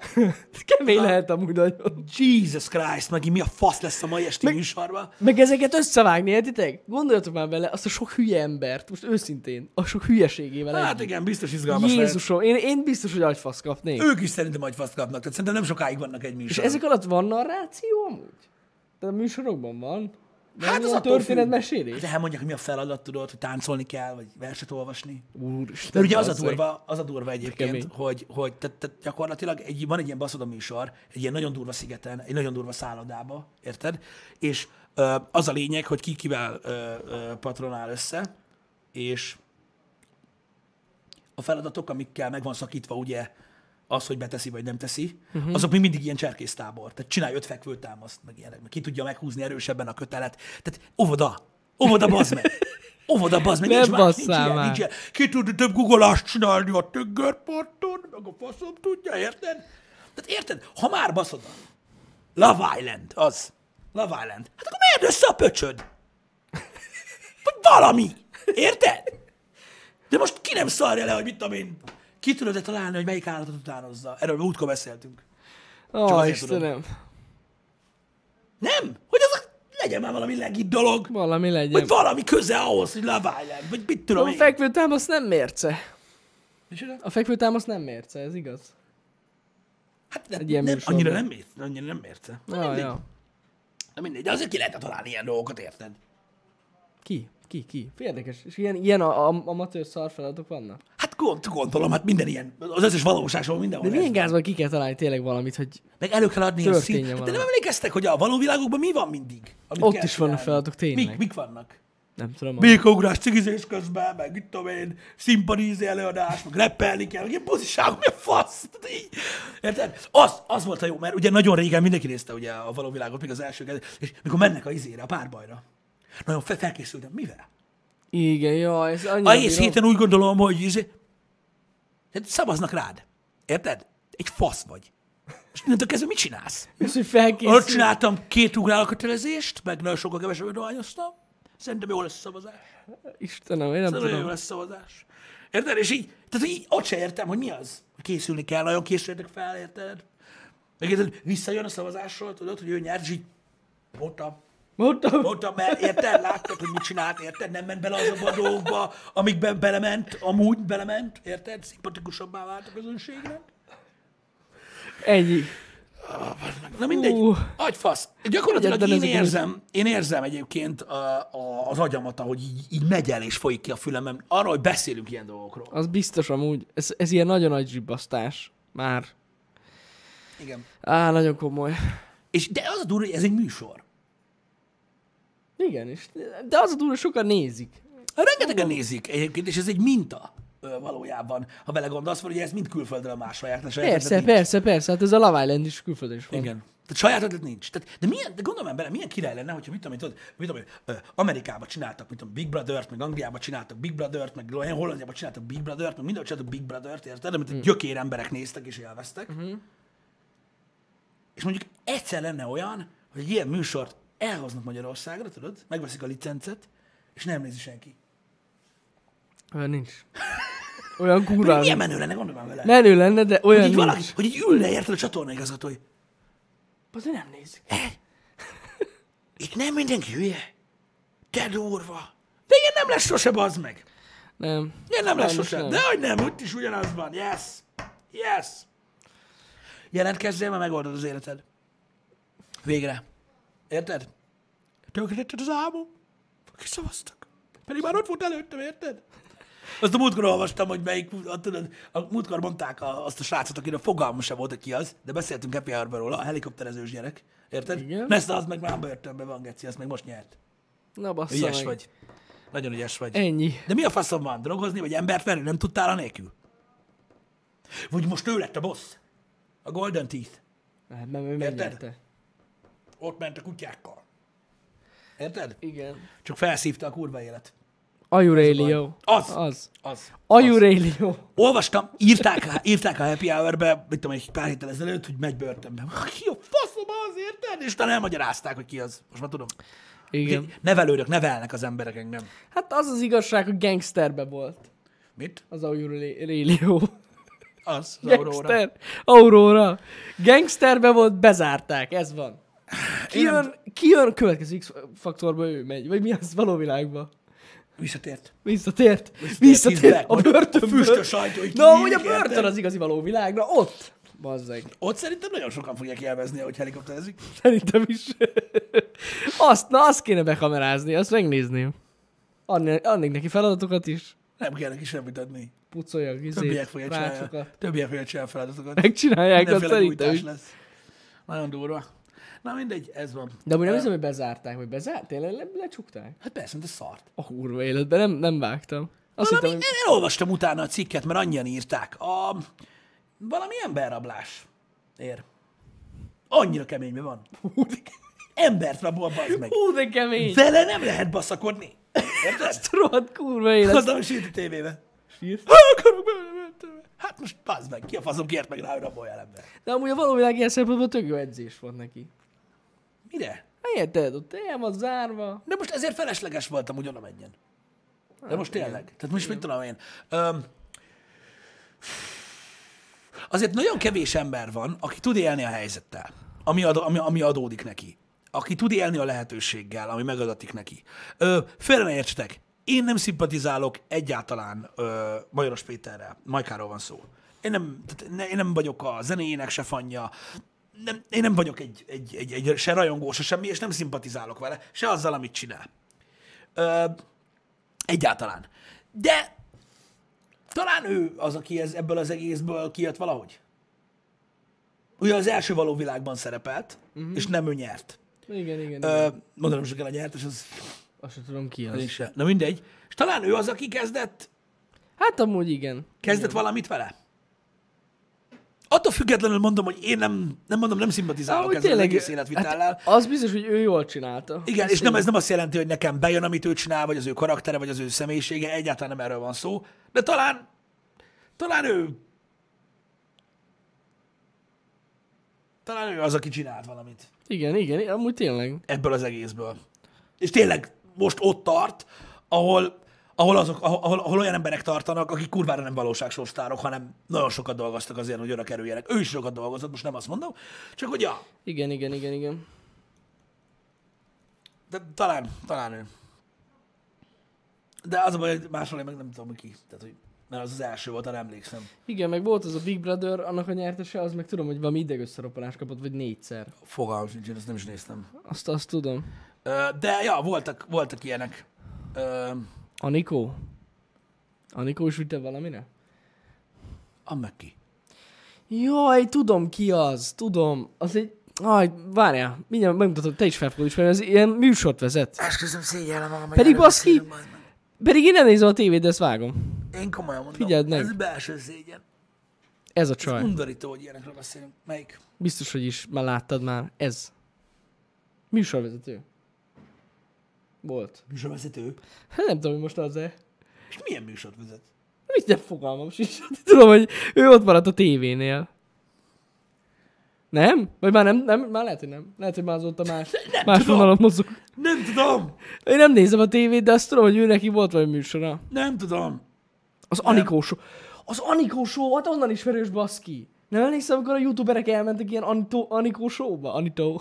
Kemény lehet amúgy nagyon.
Jesus Christ, megint mi a fasz lesz a mai esti műsorban.
Meg ezeket összevágni, értitek? Gondoljatok már bele azt a sok hülye embert, most őszintén, a sok hülyeségével
Hát
együtt.
igen, biztos izgalmas Jézus.
Jézusom, én, én biztos, hogy agyfasz kapnék.
Lehet. Ők is szerintem majd faszt kapnak, tehát szerintem nem sokáig vannak egy
És
műsorban.
ezek alatt van narráció amúgy? Tehát a műsorokban van? Van
hát az
ilyen
a
történetmesélés?
Hát elmondják, hogy mi a feladat, tudod, hogy táncolni kell, vagy verset olvasni.
Úristen,
De ugye az a
bazzeg.
durva, az a durva egyébként,
kemény.
hogy, hogy te, te gyakorlatilag egy, van egy ilyen baszoda műsor, egy ilyen nagyon durva szigeten, egy nagyon durva szállodába, érted? És ö, az a lényeg, hogy ki kivel ö, ö, patronál össze, és a feladatok, amikkel meg van szakítva ugye az, hogy beteszi vagy nem teszi, uh-huh.
Mhm.
azok még mindig ilyen cserkésztábor. Tehát csinálj öt fekvő támaszt, meg ilyenek. Meg ki tudja meghúzni erősebben a kötelet. Tehát óvoda, óvoda bazd meg. Óvoda bazd meg,
Ne
nincs más, nincs
basszál
ilyen,
már.
nincs ilyen. Ki tud több guggolást csinálni a töngerparton, meg a faszom tudja, érted? Tehát érted? Ha már baszod, Love Island, az. Love Island. Hát akkor miért össze a pöcsöd? Vagy valami. Érted? De most ki nem szarja le, hogy mit tudom én. Ki tudod-e találni, hogy melyik állatot utánozza? Erről múltkor beszéltünk.
Ó,
azért
Istenem.
Nem? Hogy azok legyen már valami legit dolog.
Valami legyen.
Vagy valami köze ahhoz, hogy Love Island, vagy mit tudom
A
én.
fekvő támasz nem mérce.
Micsoda?
A fekvő támasz nem mérce, ez igaz?
Hát ne,
Egy ilyen
nem,
műsorban.
annyira nem ért, annyira nem érte. Na
Ah,
mindegy,
ja.
na mindegy, de azért ki lehet találni ilyen dolgokat, érted?
Ki? Ki? Ki? Érdekes. És ilyen, ilyen a, a, amatőr szarfeladatok vannak.
Hát gond, gondolom, hát minden ilyen, az összes valóságban mindenhol.
De
ez
milyen gázban ki kell találni tényleg valamit, hogy
Meg elő kell adni a szín.
Történjen
Hát de nem
valami.
emlékeztek, hogy a való világokban mi van mindig? amit
Ott
kell
is vannak
csinálni?
feladatok, tényleg.
Mik, mik vannak?
nem tudom. Mi?
Békaugrás, cigizés közben, meg itt tudom én, színpadízi előadás, meg reppelni kell, meg ilyen poziságok, mi a fasz? Tehát így. Érted? Az, az volt a jó, mert ugye nagyon régen mindenki nézte ugye a való világot, még az első kezd, és mikor mennek a izére, a párbajra. Nagyon fel- felkészültem, mivel?
Igen, jaj, ez annyira
A egész
bírom.
héten úgy gondolom, hogy izé... Hát szavaznak rád. Érted? Egy fasz vagy. És mindentől kezdve mit csinálsz?
És hogy
Ott
felkészül.
csináltam két ugrálkötelezést, meg nagyon sokkal kevesebb dohányoztam. Szerintem jó lesz a szavazás.
Istenem, én nem
Szerintem
tudom.
jó lesz a szavazás. Érted? És így, tehát így ott se értem, hogy mi az. Készülni kell, nagyon készüljetek fel, érted? Meg érted, visszajön a szavazásról, tudod, hogy ő nyert, és így mondtam,
Mondtam.
mondtam, mert érted, láttad, hogy mit csinált, érted, nem ment bele azokba a dolgokba, amikben belement, amúgy belement, érted, szimpatikusabbá vált a közönségnek.
Ennyi.
Na mindegy,
Ú.
agyfasz. Gyakorlatilag
Egyetlen
én
ezek
érzem, én érzem egyébként a, a, az agyamat, ahogy így, így megy el és folyik ki a fülemem, arról, hogy beszélünk ilyen dolgokról.
Az biztos amúgy. Ez, ez ilyen nagyon nagy zsibbasztás. Már.
Igen.
Á, nagyon komoly.
És de az a durva, hogy ez egy műsor.
Igen is. De az a durva, sokan nézik.
Rengetegen nézik egyébként, és ez egy minta ö, valójában, ha vele gondolsz, mert ugye ez mind külföldről más saját. mert saját
Persze,
ötlet nincs.
persze, persze. Hát ez a Love Island is külföldön is van.
Igen. Tehát saját ötlet nincs. Tehát, de, milyen, de gondolom már bele, milyen király lenne, hogyha mit tudom, én, tudod, mit tudom, én, ö, Amerikában csináltak, mit tudom, Big Brother-t, meg Angliában csináltak Big Brother-t, meg olyan Hollandiában csináltak Big Brother-t, meg mindenhol csináltak Big Brother-t, érted? Amit mm. gyökér emberek néztek és élveztek. Mm-hmm. És mondjuk egyszer lenne olyan, hogy egy ilyen műsort elhoznak Magyarországra, tudod, megveszik a licencet, és nem nézi senki.
Olyan nincs. Olyan kurva.
Pedig milyen menő lenne, gondolom már vele.
Menő lenne, de olyan
Hogy így,
nincs.
valaki, hogy így ülne érted a csatorna igazgató, hogy
Azért nem nézik.
itt nem mindenki hülye. Te durva. De ilyen nem lesz sose, bazd meg.
Nem.
Ilyen nem lesz
Sajnos
sose.
nem.
De hogy nem, ott is ugyanaz van. Yes. Yes. Jelentkezzél, mert megoldod az életed. Végre. Érted? Tönkretetted az álmom. Kiszavaztak. Pedig már ott volt előttem, érted? Azt a múltkor olvastam, hogy melyik, a, tudod, a múltkor mondták a, azt a srácot, akinek fogalma sem volt, hogy ki az, de beszéltünk Happy Hour-ban róla, a helikopterezős gyerek. Érted?
Igen.
Messze az meg már börtönben van, Geci, azt meg most nyert.
Na bassza
Ügyes
meg.
vagy. Nagyon ügyes vagy.
Ennyi.
De mi a faszom van? Drogozni vagy embert verni? Nem tudtál anélkül? Vagy most ő lett a boss? A Golden Teeth.
Hát nem, ő megnyerte.
Ott ment a kutyákkal. Érted?
Igen.
Csak felszívta a kurva élet.
Ajurélio.
Az.
Az.
Az.
Ajurélio.
Olvastam, írták, írták a Happy Hour-be, mit tudom, egy pár héttel ezelőtt, hogy megy börtönbe. Ki a faszom az, érted? És utána elmagyarázták, hogy ki az. Most már tudom.
Igen.
Nevelődök, nevelnek az emberek engem.
Hát az az igazság, hogy gangsterbe volt.
Mit?
Az Ajurélio.
Az, az Aurora.
Gangster. Aurora. Gangsterbe volt, bezárták. Ez van. Kijön, kijön a következő X-faktorba ő megy. Vagy mi az való világba?
Visszatért.
Visszatért. Visszatért,
Visszatért.
a börtönből.
A füstös ajtó, hogy
Na, hogy a
kinyílik, érted?
börtön az igazi való világ. Na, ott. Bazzeg.
Ott szerintem nagyon sokan fogják élvezni, hogy helikopterezik.
Szerintem is. Azt, na, azt kéne bekamerázni, azt megnézném. Adni, adnék neki feladatokat is.
Nem kell neki semmit adni.
Pucolja a
Többiek
gizét,
fogják csinálni.
rácsokat.
Többiek fogják csinálni feladatokat.
Megcsinálják, azt
Mindenféle
szerintem
újtás
is.
lesz. Nagyon durva. Na mindegy, ez van.
De amúgy nem
Ö,
hiszem, hogy bezárták, vagy bezárt? Tényleg le, lecsukták?
Hát persze, de szart.
A kurva életben nem, nem vágtam. Azt
Valami,
hittem,
én
hogy...
elolvastam utána a cikket, mert annyian írták. A, valami emberrablás ér. Annyira keményben van. Embert rabol, bazd meg.
Hú, de kemény!
Vele nem lehet baszakodni. Érted?
Rohadt kurva élet.
Azzal sírt a tévébe.
Sírt.
Ha Hát- akarok, belementem. Hát most bazd meg, ki a faszom kért meg rá, hogy raboljál ember.
De amúgy a való világ ilyen szempontból tök jó edzés volt neki.
Mire?
Hát érted, ott el van zárva.
De most ezért felesleges voltam, hogy oda menjen. De most tényleg. Tehát most mit tudom én. Öm, azért nagyon kevés ember van, aki tud élni a helyzettel, ami, ad, ami, ami adódik neki. aki tud élni a lehetőséggel, ami megadatik neki. Ö, félre ne értsetek, én nem szimpatizálok egyáltalán ö, Majoros Péterrel, Majkáról van szó. Én nem, tehát ne, én nem vagyok a zenéjének se fanja, nem, én nem vagyok egy, egy, egy, egy se rajongó, se semmi, és nem szimpatizálok vele, se azzal, amit csinál. Ö, egyáltalán. De talán ő az, aki ez, ebből az egészből kijött valahogy. Ugye az első való világban szerepelt, uh-huh. és nem ő nyert.
Igen, igen.
Ö,
igen.
mondanom se kell a nyertes, az
Azt sem tudom ki
én
az.
se. Na mindegy. És talán ő az, aki kezdett,
Hát amúgy igen.
kezdett valamit vele. Attól függetlenül mondom, hogy én nem, nem mondom, nem szimpatizálok
Amúgy
ezzel az
tényleg,
egész életvitellel.
hát az biztos, hogy ő jól csinálta.
Igen,
Azt
és nem, ez nem azt jelenti, hogy nekem bejön, amit ő csinál, vagy az ő karaktere, vagy az ő személyisége, egyáltalán nem erről van szó, de talán, talán ő, talán ő az, aki csinált valamit
Igen, igen, amúgy tényleg.
ebből az egészből. És tényleg most ott tart, ahol, ahol, azok, ahol, ahol- ahol olyan emberek tartanak, akik kurvára nem valóságsóstárok, hanem nagyon sokat dolgoztak azért, hogy oda kerüljenek. Ő is sokat dolgozott, most nem azt mondom, csak hogy ja,
Igen, igen, igen, igen.
De talán, talán ő. De az a baj, hogy máshol én meg nem tudom hogy ki. Tehát, hogy, mert az az első volt, arra emlékszem.
Igen, meg volt az a Big Brother, annak a nyertese, az meg tudom, hogy valami idegösszeroppanást kapott, vagy négyszer.
Fogalmam sincs, én ezt nem is néztem.
Azt, azt tudom.
Ö, De ja, voltak, voltak ilyenek. Ö,
Anikó? Anikó is vitte valamire?
Add meg ki.
Jaj, tudom ki az, tudom. Az egy... Aj, várjál, mindjárt megmutatom, te is fel fogod ismerni, az ilyen műsort vezet.
Esküszöm, szégyellem magam. hogy
Pedig
erről
baszki-
beszélünk, bazd meg.
Pedig én nem nézem a tévét, de ezt vágom.
Én komolyan mondom.
Figyeld meg.
Ez belső szégyen.
Ez a
Ez
csaj.
undorító, hogy ilyenekről beszélünk. Melyik?
Biztos, hogy is már láttad már. Ez. Műsorvezető. Volt.
Műsorvezető.
Hát nem tudom, hogy most az-e.
És milyen műsort vezet?
Mit nem fogalmam sincs. Tudom, hogy ő ott maradt a tévénél. Nem? Vagy már nem, nem? Már lehet, hogy nem. Lehet, hogy már azóta más,
Nem
más
tudom.
vonalon mozog.
Nem tudom!
Én nem nézem a tévét, de azt tudom, hogy ő neki volt valami műsora.
Nem tudom.
Az Anikó show. Az Anikó show, hát onnan ismerős baszki. Nem emlékszem, amikor a youtuberek elmentek ilyen Anito, Anikó showba? Anito.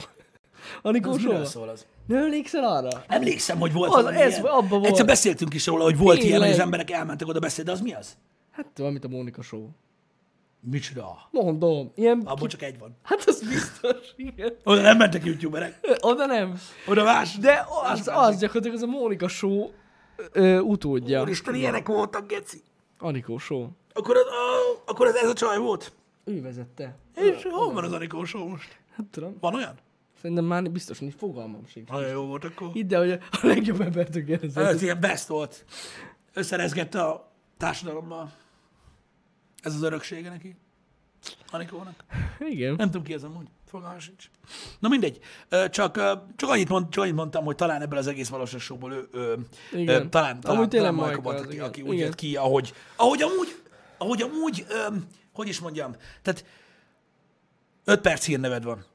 Anikó
Az miről
show
szól az?
Nem emlékszel arra?
Emlékszem, hogy volt
Az-
valami
ez
ilyen.
volt, abba volt.
Egyszer beszéltünk is róla, hogy volt Tényleg. ilyen,
Tényleg.
hogy az emberek elmentek oda beszélni, de az mi az?
Hát valamit a Mónika show.
Micsoda?
Mondom, ilyen...
Abból csak egy van.
Hát az biztos, igen.
Oda nem mentek youtuberek.
Oda nem.
Oda más.
De az, az gyakorlatilag az a Mónika show ö, utódja.
Úristen, ilyenek voltak, geci.
Anikó show.
Akkor az, a, akkor az ez a csaj volt?
Ő vezette.
És hol van az Anikó show most?
Hát tudom.
Van olyan?
Szerintem már biztos nincs fogalmam sincs.
Nagyon jó volt akkor.
Hidd el, hogy a legjobb embertől kérdezett.
Ez ilyen best volt. Összerezgette a társadalommal. Ez az öröksége neki. Anikónak.
Igen.
Nem tudom ki ez amúgy. Fogalmam sincs. Na mindegy. Ö, Csak, ö, csak, annyit mond, csak annyit mondtam, hogy talán ebből az egész valóságból ő, ő,
Igen.
Ö, talán, talán,
Amúgy tényleg
talán
Majka
Majka volt,
az,
aki,
igen.
aki úgy
Igen.
jött ki, ahogy, ahogy amúgy, ahogy amúgy ö, hogy is mondjam, tehát 5 perc hírneved van.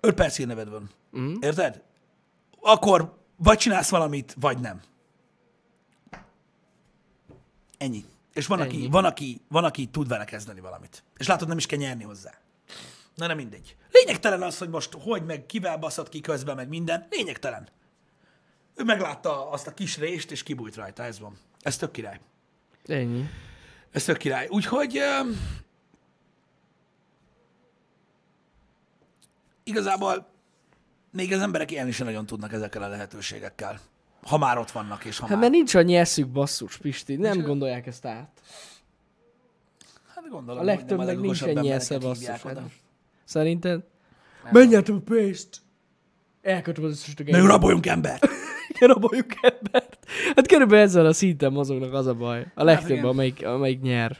5 perc hírneved van.
Mhm.
Mm. Érted? Akkor vagy csinálsz valamit, vagy nem. Ennyi. És van, Aki,
Ennyi.
van, aki, van, aki tud vele kezdeni valamit. És látod, nem is kell nyerni hozzá. Na nem mindegy. Lényegtelen az, hogy most hogy, meg kivel baszott ki közben, meg minden. Lényegtelen. Ő meglátta azt a kis rést, és kibújt rajta, ez van. Ez tök király.
Ennyi.
Ez tök király. Úgyhogy öm, igazából még az emberek élni sem nagyon tudnak ezekkel a lehetőségekkel. Ha már ott vannak, és ha
Hát
már...
mert nincs annyi eszük, basszus, Pisti. Nem gondolják ezt át.
Hát gondolom,
A
hogy nem
legtöbbnek nincs
legokosabb
ennyi
embereket
esze,
hívják
basszus.
oda.
Hát. Szerinted? Menj át a pénzt! Elkötöm az összes
Na, jó,
tökéletes.
raboljunk embert!
raboljuk embert. Hát körülbelül ezzel a szinten mozognak az a baj. A legtöbb,
Hát igen.
amelyik, amelyik nyer.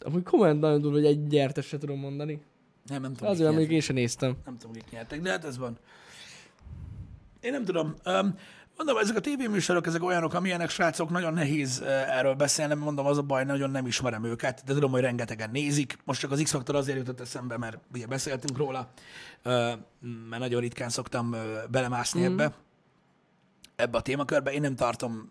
Amúgy komolyan nagyon durva, hogy egy nyertes se tudom mondani.
Nem, nem tudom,
Azért,
kik
amíg
nyertek.
én sem néztem.
Nem tudom, kik nyertek, de hát ez van. Én nem tudom. Um, mondom, ezek a tévéműsorok, ezek olyanok, amilyenek srácok, nagyon nehéz uh, erről beszélnem, mondom, az a baj, nagyon nem ismerem őket, de tudom, hogy rengetegen nézik. Most csak az X-Factor azért jutott eszembe, mert ugye beszéltünk róla, uh, mert nagyon ritkán szoktam uh, belemászni mm. ebbe, ebbe a témakörbe. Én nem tartom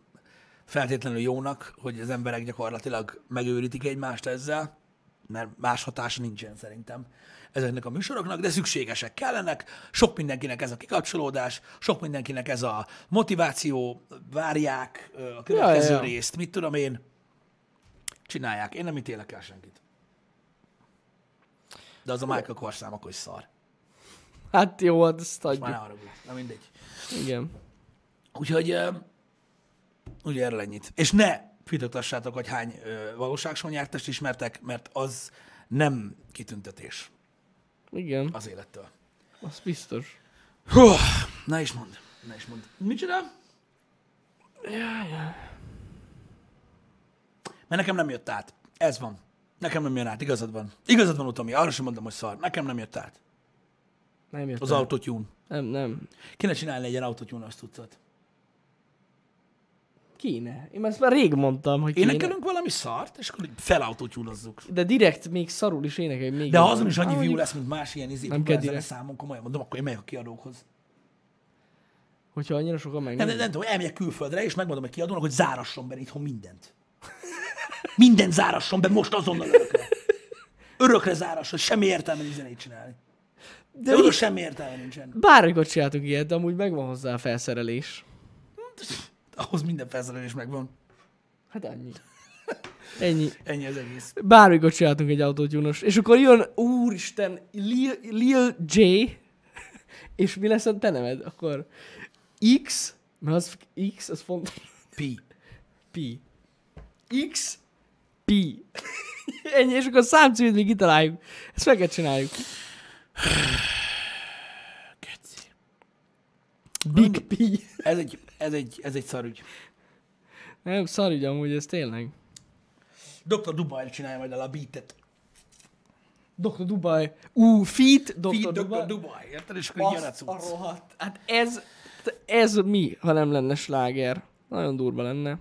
feltétlenül jónak, hogy az emberek gyakorlatilag megőrítik egymást ezzel mert más hatása nincsen szerintem ezeknek a műsoroknak, de szükségesek kellenek. Sok mindenkinek ez a kikapcsolódás, sok mindenkinek ez a motiváció, várják ö, a következő ja,
ja.
részt, mit tudom én. Csinálják. Én nem ítélek el senkit. De az a Michael Korszám akkor is szar.
Hát jó, hát ezt
Már ne
adjuk.
haragudj. Na mindegy.
Igen.
Úgyhogy ö, ugye erről ennyit. És ne fitotassátok, hogy hány ö, valóságsonyártást ismertek, mert az nem kitüntetés
Igen,
az élettől.
az biztos.
Hú, na is mond, na is mond. Micsoda? Mert nekem nem jött át. Ez van. Nekem nem jön át, igazad van. Igazad van, Utomi, arra sem mondom, hogy szar. Nekem nem jött át.
Nem jött
Az
el.
autotune.
Nem, nem.
Kéne csinálni egy ilyen autotune-as tucat.
Kéne. Én ezt már rég mondtam, hogy kéne.
Énekelünk valami szart, és akkor így felautotyúnozzuk.
De direkt még szarul is énekelj még.
De ha
jobban.
azon is annyi
Á,
view
mondjuk-
lesz, mint más ilyen izé,
Nem
nem
kell
kell
direkt.
számon, komolyan mondom, akkor én megyek a kiadókhoz.
Hogyha annyira sokan meg.
Nem, nem, nem tudom, elmegyek külföldre, és megmondom a kiadónak, hogy zárasson be itthon mindent. Minden zárasson be most azonnal örökre. Örökre zárasson, semmi értelme nincs zenét csinálni. De úgy, semmi értelme nincsen.
Bármikor csináltunk ilyet, de amúgy megvan hozzá a felszerelés.
Ahhoz minden felszerelés megvan.
Hát annyi. Ennyi.
Ennyi az egész.
Bármikor csináltunk egy autógyúnos. És akkor jön, úristen, Lil, Lil J, és mi lesz a te neved? Akkor X, mert az X, az fontos.
Pi.
P. X, P. Ennyi, és akkor a számcímet még kitaláljuk. Ezt meg kell csináljuk. Big P.
Ez egy, ez egy, ez egy szarügy.
Nem, szarügy amúgy, ez tényleg.
Dr. Dubaj csinálja majd el a beatet.
Dr. Dubai. Ú, Feet, Dr.
Dr.
Dubai.
Dr. Dubaj, érted? És akkor jön a
Azt a
cucc.
rohadt. Hát ez, ez mi, ha nem lenne sláger? Nagyon durva lenne.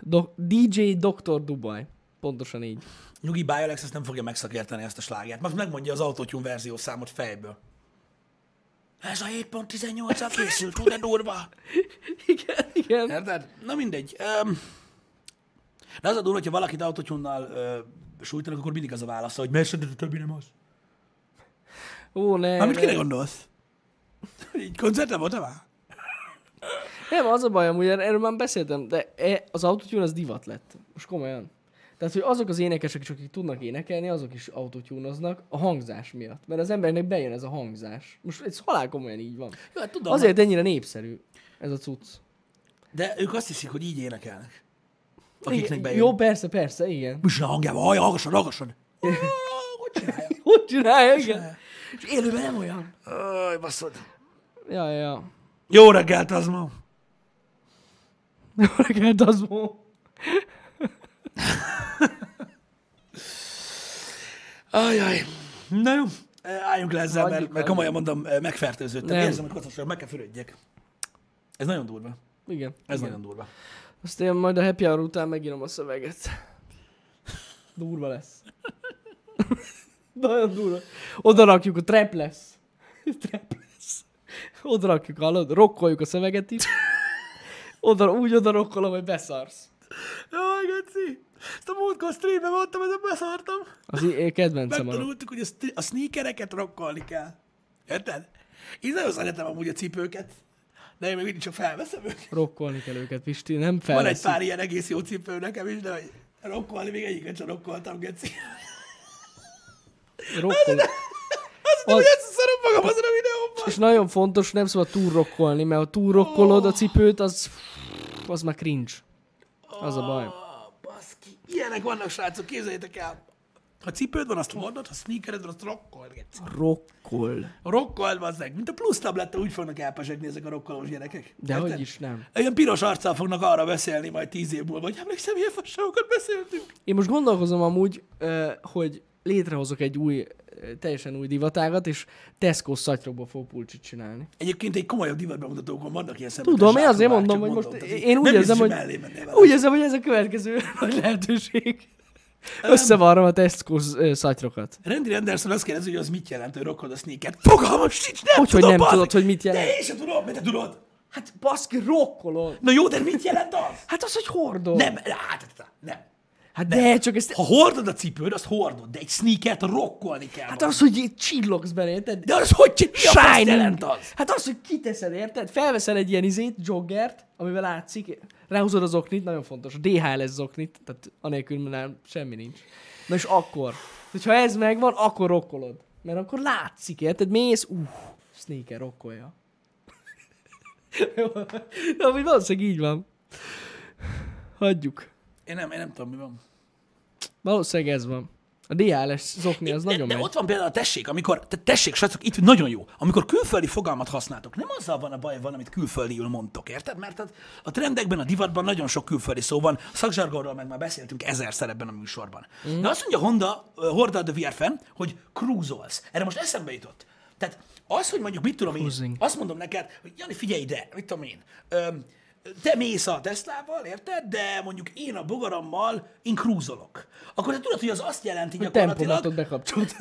Do- DJ Dr. Dubai. Pontosan így.
Nyugi Biolex ezt nem fogja megszakérteni ezt a slágert. Most megmondja az autotune verzió számot fejből. Ez a 7.18-al készült, hú, de durva.
Igen, igen.
Érted? Na mindegy. Um, de az a durva, hogyha valakit autotune-nal ö, sújtanak, akkor mindig az a válasz, hogy miért szerintem a többi nem az.
Ó, ne.
Mármint
ne.
kire gondolsz? Így koncerten voltam már?
Nem, az a baj, amúgy er- erről már beszéltem, de e- az autotune az divat lett. Most komolyan. Tehát, hogy azok az énekesek is, akik tudnak énekelni, azok is autotúnoznak a hangzás miatt. Mert az embernek bejön ez a hangzás. Most ez halál komolyan így van.
Jó, hát tudom.
Azért ennyire népszerű ez a cucc.
De ők azt hiszik, hogy így énekelnek.
Igen,
Akiknek bejön.
Jó, persze, persze, igen.
Most a hangjában, haj, hallgasson, hallgasson. Ó, Hogy csinálja?
Hogy csinálja, igen?
És élőben nem olyan. Aj, basszod.
Ja, ja.
Jó reggelt, az ma.
Jó reggelt, az mó.
Ajaj. Na jó. Eh, Álljunk le ezzel, mert,
Hagyjuk,
mert komolyan mondom, eh, megfertőződtem.
Nem.
Érzem, hogy kocosra meg kell fürödjek. Ez nagyon durva.
Igen.
Ez
igen.
nagyon durva.
Azt én majd a happy hour után megírom a szöveget. Durva lesz. Nagyon durva. Oda rakjuk, a trap lesz. Trap lesz. Oda rakjuk, hallod? Rokkoljuk a szöveget is. Oda, úgy oda rokkolom, hogy beszarsz.
Jaj, Geci! Ezt a múltkor streamben voltam, ezen beszartam.
Az én kedvencem a
Megtanultuk, hogy a, stri- a sneakereket rokkolni kell. Érted? Én nagyon szeretem amúgy a cipőket, de én még mindig csak felveszem őket.
rokkolni kell őket, Pisti, nem
Van egy
felveszik.
pár ilyen egész jó cipő nekem is, de hogy rokkolni még egyiket sem rokkoltam, Geci.
Rokkol...
Azt nem,
Az-
hogy ezt szarom magam azon a videóban.
És nagyon fontos, nem szabad túlrokkolni, mert ha túlrokkolod a cipőt, az, az már cringe. Az a baj.
Ah, baszki. Ilyenek vannak, srácok, képzeljétek el. Ha cipőd van, azt hordod, ha sneakered van, azt rokkol, Geci.
Rokkol.
Rokkol, bazzeg. Mint a plusz tabletta, úgy fognak elpesegni ezek a rokkolós gyerekek.
De
Érted?
hogy is nem.
Ilyen piros arccal fognak arra beszélni majd tíz év múlva, hogy emlékszem, ilyen fasságokat beszéltünk.
Én most gondolkozom amúgy, ö, hogy létrehozok egy új, ö, teljesen új divatágat, és Tesco szatyrokból fog pulcsit csinálni.
Egyébként egy komolyabb divatbemutatókon vannak ilyen szemben.
Tudom, én azért mondom, hogy most én úgy érzem, hogy, úgy
Úgy...
érzem, hogy ez a következő nagy lehetőség. Összevarrom a Tesco ö, szatyrokat.
Randy Anderson azt kérdezi, hogy az mit jelent, hogy rokkod a sneaker. Fogalmam sincs, nem
Hogy, hogy
tudom,
nem
bazd
tudod,
meg.
hogy mit jelent?
De én sem tudom, mert te tudod.
Hát baszki, rokkolod.
Na jó, de mit jelent az?
Hát az, hogy hordol.
Nem, hát, nem.
Hát de, csak ezt...
Ha hordod a cipőd, azt hordod, de egy sneakert rokkolni kell.
Hát
benne.
az, hogy így csillogsz benne, érted?
De az hogy csin- mi a fasz jelent
Shining.
az?
Hát az, hogy kiteszed, érted? Felveszel egy ilyen izét, joggert, amivel látszik, ráhúzod az oknit, nagyon fontos, a DHLS oknit, tehát anélkül már semmi nincs. Na és akkor, hogyha ez megvan, akkor rokkolod. Mert akkor látszik, érted? Mész, uff, sneaker rokkolja. De amúgy valószínűleg így van. Hagyjuk.
Én nem, én nem tudom, mi van.
Valószínűleg ez van. A DHLS zokni az
de,
nagyon
de
megy.
ott van például a tessék, amikor, te tessék, srácok, itt nagyon jó. Amikor külföldi fogalmat használtok, nem azzal van a baj, van, amit külföldiül mondtok, érted? Mert a, a trendekben, a divatban nagyon sok külföldi szó van, szakzsargonról meg már beszéltünk ezerszer ebben a műsorban.
Mhm.
Mm. De azt mondja Honda, ö, Horda de Vierfen, hogy cruisolsz. Erre most eszembe jutott. Tehát az, hogy mondjuk mit tudom én,
Cruising.
azt mondom neked, hogy Jani, figyelj ide, mit tudom én, öm, te mész a Teslával, érted? De mondjuk én a bogarammal, én krúzolok. Akkor te tudod, hogy az azt jelenti gyakorlatilag, Hát,
Tempomatot bekapcsolt.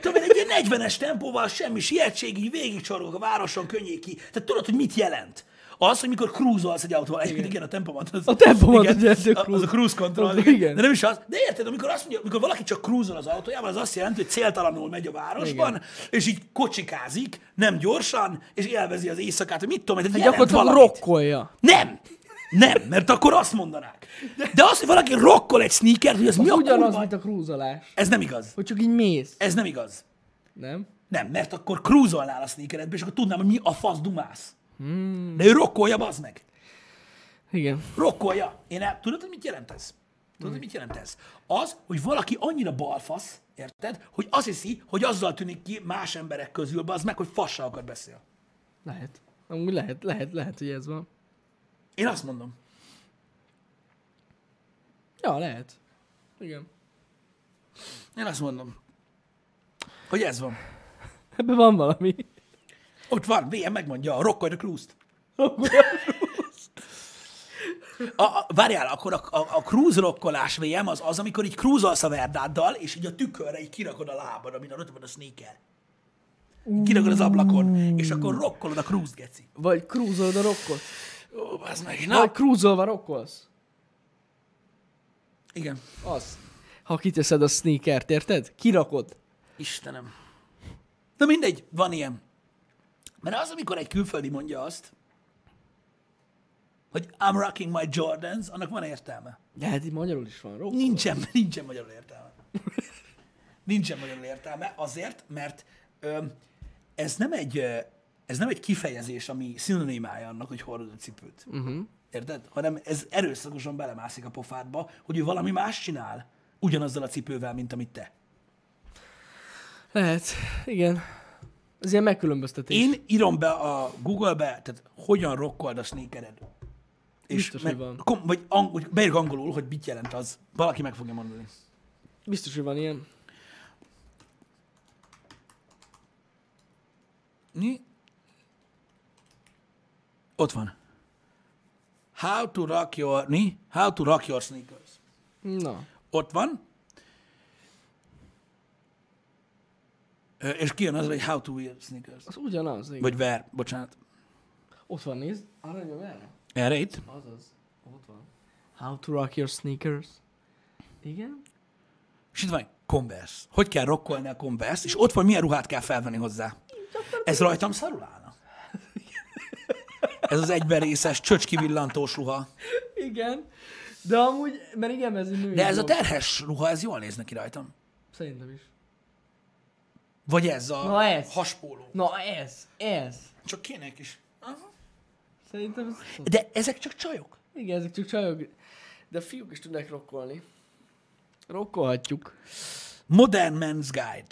Tudom, én egy ilyen 40-es tempóval semmi sietség, így végigcsorgok a városon könnyék ki. Tehát tudod, hogy mit jelent? Az, hogy mikor krúzolsz egy autóval. Egyébként igen, a tempomat. Az,
A tempomat,
igen,
ugye, ez a
a- az a
cruise.
cruise control.
Az-
igen.
igen.
De nem is az. De érted, amikor azt mondja, amikor valaki csak krúzol az autójával, az azt jelenti, hogy céltalanul megy a városban, igen. és így kocsikázik, nem gyorsan, és élvezi az éjszakát, hogy mit tudom, hogy jelent
Gyakorlatilag
valamit.
rokkolja.
Nem! Nem, mert akkor azt mondanák. De az, hogy valaki rokkol egy sneakert, hogy az, mi
Mi
a
ugyanaz,
kurva,
mint a krúzolás.
ez nem igaz.
Hogy csak így mész,
Ez nem igaz.
nem?
Nem, mert akkor krúzolnál a sneakeredbe, és akkor tudnám, hogy mi a fasz dumász. Hmm. De ő rokkolja, bazd meg.
Igen.
Rokkolja. Én el, tudod, hogy mit jelent ez? Tudod, hogy mit jelent ez? Az, hogy valaki annyira balfasz, érted, hogy azt hiszi, hogy azzal tűnik ki más emberek közül, bazd meg, hogy fasságokat beszél.
Lehet. Amúgy lehet, lehet, lehet, hogy ez van.
Én azt mondom.
Ja, lehet. Igen.
Én azt mondom. Hogy ez van.
Ebben van valami.
Ott van, VM megmondja, rokkolj a krúzt. A, a, várjál, akkor a, a, a cruise rokkolás VM az az, amikor így cruisolsz a verdáddal, és így a tükörre így kirakod a lábad, amin ott van a sneaker. Kirakod az ablakon, és akkor rokkolod a cruise geci.
Vagy krúzolod a rokkot.
Ó, az meg, na.
Vagy krúzolva rokkolsz.
Igen.
Az. Ha kiteszed a sneakert, érted? Kirakod.
Istenem. Na mindegy, van ilyen. Mert az, amikor egy külföldi mondja azt, hogy I'm rocking my Jordans, annak van értelme.
De hát így magyarul is van rokkol.
Nincsen, nincsen magyarul értelme. Nincsen magyarul értelme azért, mert ö, ez nem egy ö, ez nem egy kifejezés, ami szinonimája annak, hogy hordod a cipőt.
Mhm.
Uh-huh. Érted? Hanem ez erőszakosan belemászik a pofádba, hogy ő valami más csinál ugyanazzal a cipővel, mint amit te.
Lehet. Igen. Ez ilyen megkülönböztetés.
Én írom be a Google-be, tehát hogyan rokkold a sneakered.
Biztos, hogy van.
Kom, vagy, ang, vagy beírok angolul, hogy mit jelent az. Valaki meg fogja mondani.
Biztos, hogy van ilyen.
Mi? Ott van. How to rock your, mi? How to rock your sneakers.
Na.
Ott van. Ö, És kijön az, hogy how to wear sneakers.
Az ugyanaz, igen.
Vagy wear, bocsánat.
Ott van, nézd. Arra nyom erre.
Erre itt?
Azaz. Ott van. How to rock your sneakers. Igen?
És itt van egy Converse. Hogy kell rokkolni a Converse, és ott van, milyen ruhát kell felvenni hozzá. Ez rajtam szarul állna. Ez az egyberészes, csöcskivillantós ruha.
Igen. De amúgy, mert igen, mert ez egy női
De ez a
dolog.
terhes ruha, ez jól néz neki rajtam.
Szerintem is.
Vagy ez a
Na ez.
haspóló.
Na ez, ez.
Csak kének is. Aha.
Szerintem ez...
De ezek csak csajok.
Igen, ezek csak csajok. De fiúk is tudnak rokkolni. Rokkolhatjuk.
Modern Men's Guide.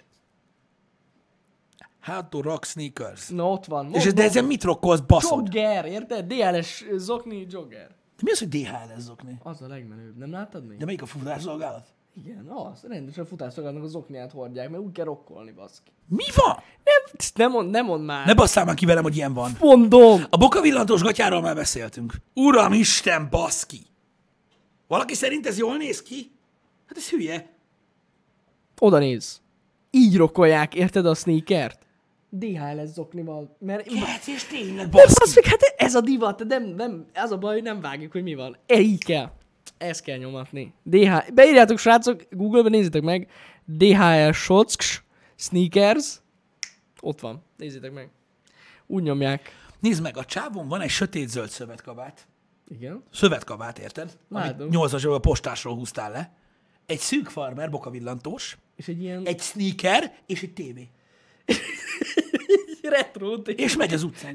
How to rock sneakers.
Na ott van.
És ez, de ezen mit rokkolsz, baszod?
Jogger, érted? DLS zokni jogger.
De mi az, hogy DHL zokni?
Az a legmenőbb, nem láttad még?
De melyik a futásszolgálat?
Igen, az. Rendesen futászolgatnak az okniát hordják, mert úgy kell rokkolni, baszki.
Mi van?
Nem, nem mond, nem mond már.
Ne basszál már ki velem, hogy ilyen van.
mondom.
A boka villantós gatyáról már beszéltünk. Uram Isten, baszki! Valaki szerint ez jól néz ki? Hát ez hülye.
Oda néz. Így rokolják, érted a sneakert? DHL-es zoknival, mert...
Kert, és tényleg
De
basz.
basz meg, hát ez a divat, nem, nem, ez a baj, hogy nem vágjuk, hogy mi van. E, így kell. Ezt kell nyomatni. DH. Beírjátok, srácok, Google-be nézzétek meg. DHL Shots, sneakers. Ott van. Nézzétek meg. Úgy nyomják.
Nézd meg, a csávon van egy sötét-zöld szövetkabát.
Igen.
Szövetkabát, érted?
Látom.
Amit nyolcas a postásról húztál le. Egy szűk farmer, bokavillantós,
És egy ilyen egy
egy sneaker és egy tévé.
retro tény.
És megy az utcán.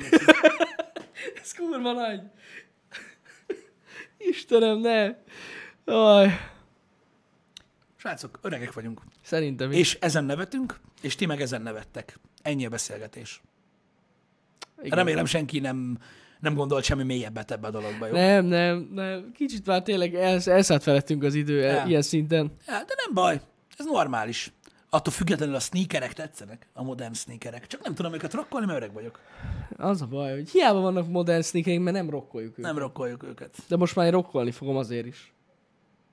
Ez kurva nagy. Istenem, ne. Aj,
Srácok, öregek vagyunk.
szerintem is.
És ezen nevetünk, és ti meg ezen nevettek. Ennyi a beszélgetés.
Igen.
Remélem senki nem, nem gondolt semmi mélyebbet ebbe a dologba, jó?
Nem, nem, nem. Kicsit már tényleg elsz, elszállt felettünk az idő
Nem.
el, ilyen szinten.
Hát, de nem baj, ez normális. Attól függetlenül a sneakerek tetszenek, a modern sneakerek. Csak nem tudom őket rokkolni, mert öreg vagyok.
Az a baj, hogy hiába vannak modern sneakerek, mert nem rokkoljuk őket.
Nem rokkoljuk őket.
De most már én rokkolni fogom azért is.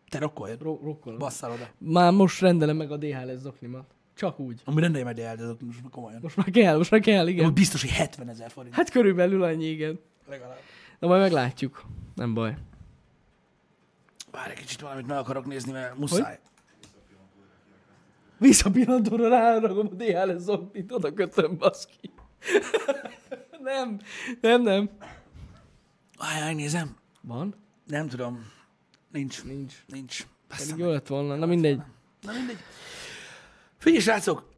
Te rokkoljad,
Ro- rokkolom.
basszál oda.
Már most rendelem meg a DHL-es zoknimat. Csak úgy.
Amúgy rendelj meg el, de azok most már komolyan.
Most már kell, most már kell,
Amúgy
igen.
biztos, hogy 70 ezer forint.
Hát körülbelül annyi, igen.
Legalább.
De majd meglátjuk. Nem baj.
Várj egy kicsit valamit meg akarok nézni, mert muszáj.
Visszapillantóra ráragom a DHL-es zoknit, oda kötöm, baszki. nem, nem, nem.
Áj, áj, nézem.
Van?
Nem tudom. Nincs.
Nincs.
Nincs. Bassza
Pedig
meg.
jó lett volna. Na mindegy.
Na mindegy. Figyelj, srácok!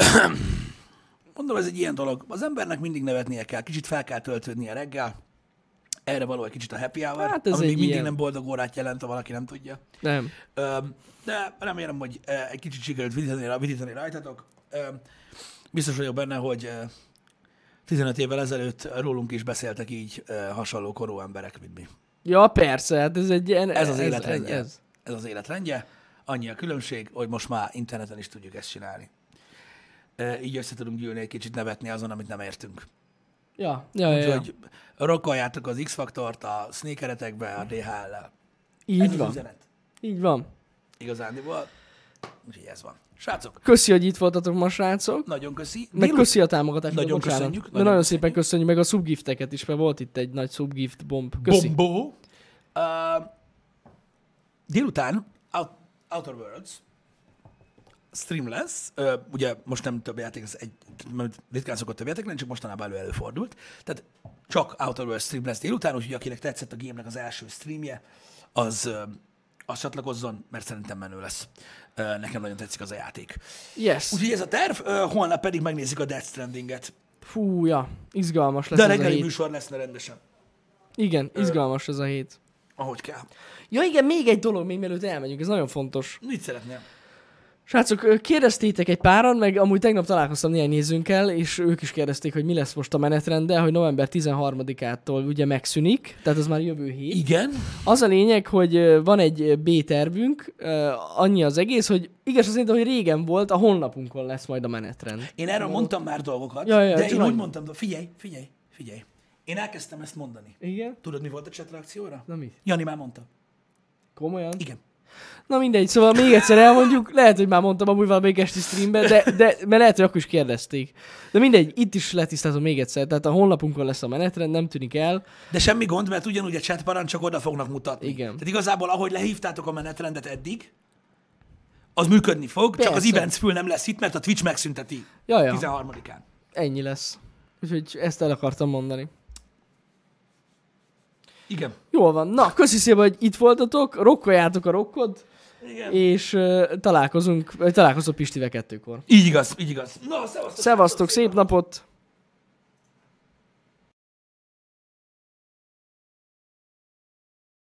Mondom, ez egy ilyen dolog. Az embernek mindig nevetnie kell, kicsit fel kell töltődnie reggel. Erre való egy kicsit a happy hour,
Hát ez
ami
egy
még mindig
ilyen.
nem boldog órát jelent, ha valaki nem tudja.
Nem.
Öm, De remélem, hogy eh, egy kicsit sikerült vidítani, vidítani rajtatok. Öm, Biztos vagyok benne, hogy eh, 15 évvel ezelőtt rólunk is beszéltek így eh, hasonló korú emberek, mint mi.
Ja, persze, hát ez egy ilyen...
Ez az
ez,
életrendje.
ez.
Ez, az életrendje. Annyi a különbség, hogy most már interneten is tudjuk ezt csinálni. E, így össze tudunk gyűlni egy kicsit nevetni azon, amit nem értünk.
Ja, ja, ja, ja.
Úgyhogy rokkoljátok az X-faktort a sneakeretekbe, a DHL-lel. Ez
Így
az
van.
üzenet.
Így van.
Igazándiból. Úgyhogy ez van. Srácok,
Köszi, hogy itt voltatok ma, srácok.
nagyon köszi.
Meg
Délu-
köszi a támogatást.
Nagyon
bocsánat.
köszönjük,
De
nagyon
nagyon, szépen köszönjük meg a subgifteket is, mert volt itt egy nagy subgift bomb. Köszi.
Bombó. Uh, délután Out- Outer Worlds stream lesz. Uh, ugye most nem több játék, ez egy, mert ritkán szokott több játék lenni, csak mostanában elő előfordult. Tehát csak Outer Worlds stream lesz délután, úgyhogy akinek tetszett a gémnek az első streamje, az, uh, az csatlakozzon, mert szerintem menő lesz. Uh, nekem nagyon tetszik az a játék.
Yes.
Úgyhogy ez a terv, uh, holnap pedig megnézzük a Death Strandinget.
Fú, ja. Izgalmas lesz
De a
ez a
reggeli
hét.
műsor lesz rendesen,
Igen, izgalmas ez a hét.
ahogy kell.
Ja igen, még egy dolog, még mielőtt elmegyünk, ez nagyon fontos.
Mit szeretném?
Srácok, ö, kérdeztétek egy páran, meg amúgy tegnap találkoztam néhány nézőnkkel, és ők is kérdezték, hogy mi lesz most a menetrend, de hogy november 13-ától ugye megszűnik, tehát ez már jövő hét.
Igen,
Az a lényeg, hogy ö, van egy ö, B-tervünk, ö, annyi az egész, hogy igaz az hogy régen volt, a honlapunkon lesz majd a menetrend.
Én erről mondtam már dolgokat,
Ja, ja,
de
csak
én úgy
annyi.
mondtam, do- figyelj, figyelj, figyelj. Én elkezdtem ezt mondani.
Igen?
Tudod, mi volt a chat reakcióra?
Na mit?
Jani már mondta.
Komolyan?
Igen.
Na mindegy, szóval még egyszer elmondjuk, lehet, hogy már mondtam amúgy valamelyik esti streamben, de, de mert lehet, hogy akkor is kérdezték. De mindegy, itt is letisztázom még egyszer, tehát a honlapunkon lesz a menetrend, nem tűnik el.
De semmi gond, mert ugyanúgy a chat parancsok oda fognak mutatni.
Igen.
Tehát igazából, ahogy lehívtátok a menetrendet eddig, az működni fog, csak az
Persze.
events fül nem lesz itt, mert a Twitch megszünteti
Jaj, ja.
13-án.
ennyi lesz. Úgyhogy ezt el akartam mondani.
Igen.
Jól van, na, köszi szépen, hogy itt voltatok, rokkoljátok a rokkod,
Igen.
és uh, találkozunk, vagy találkozom Pistivel kettőkor.
Így igaz, így igaz. Na, szevasztok.
Szevasztok, szép napot!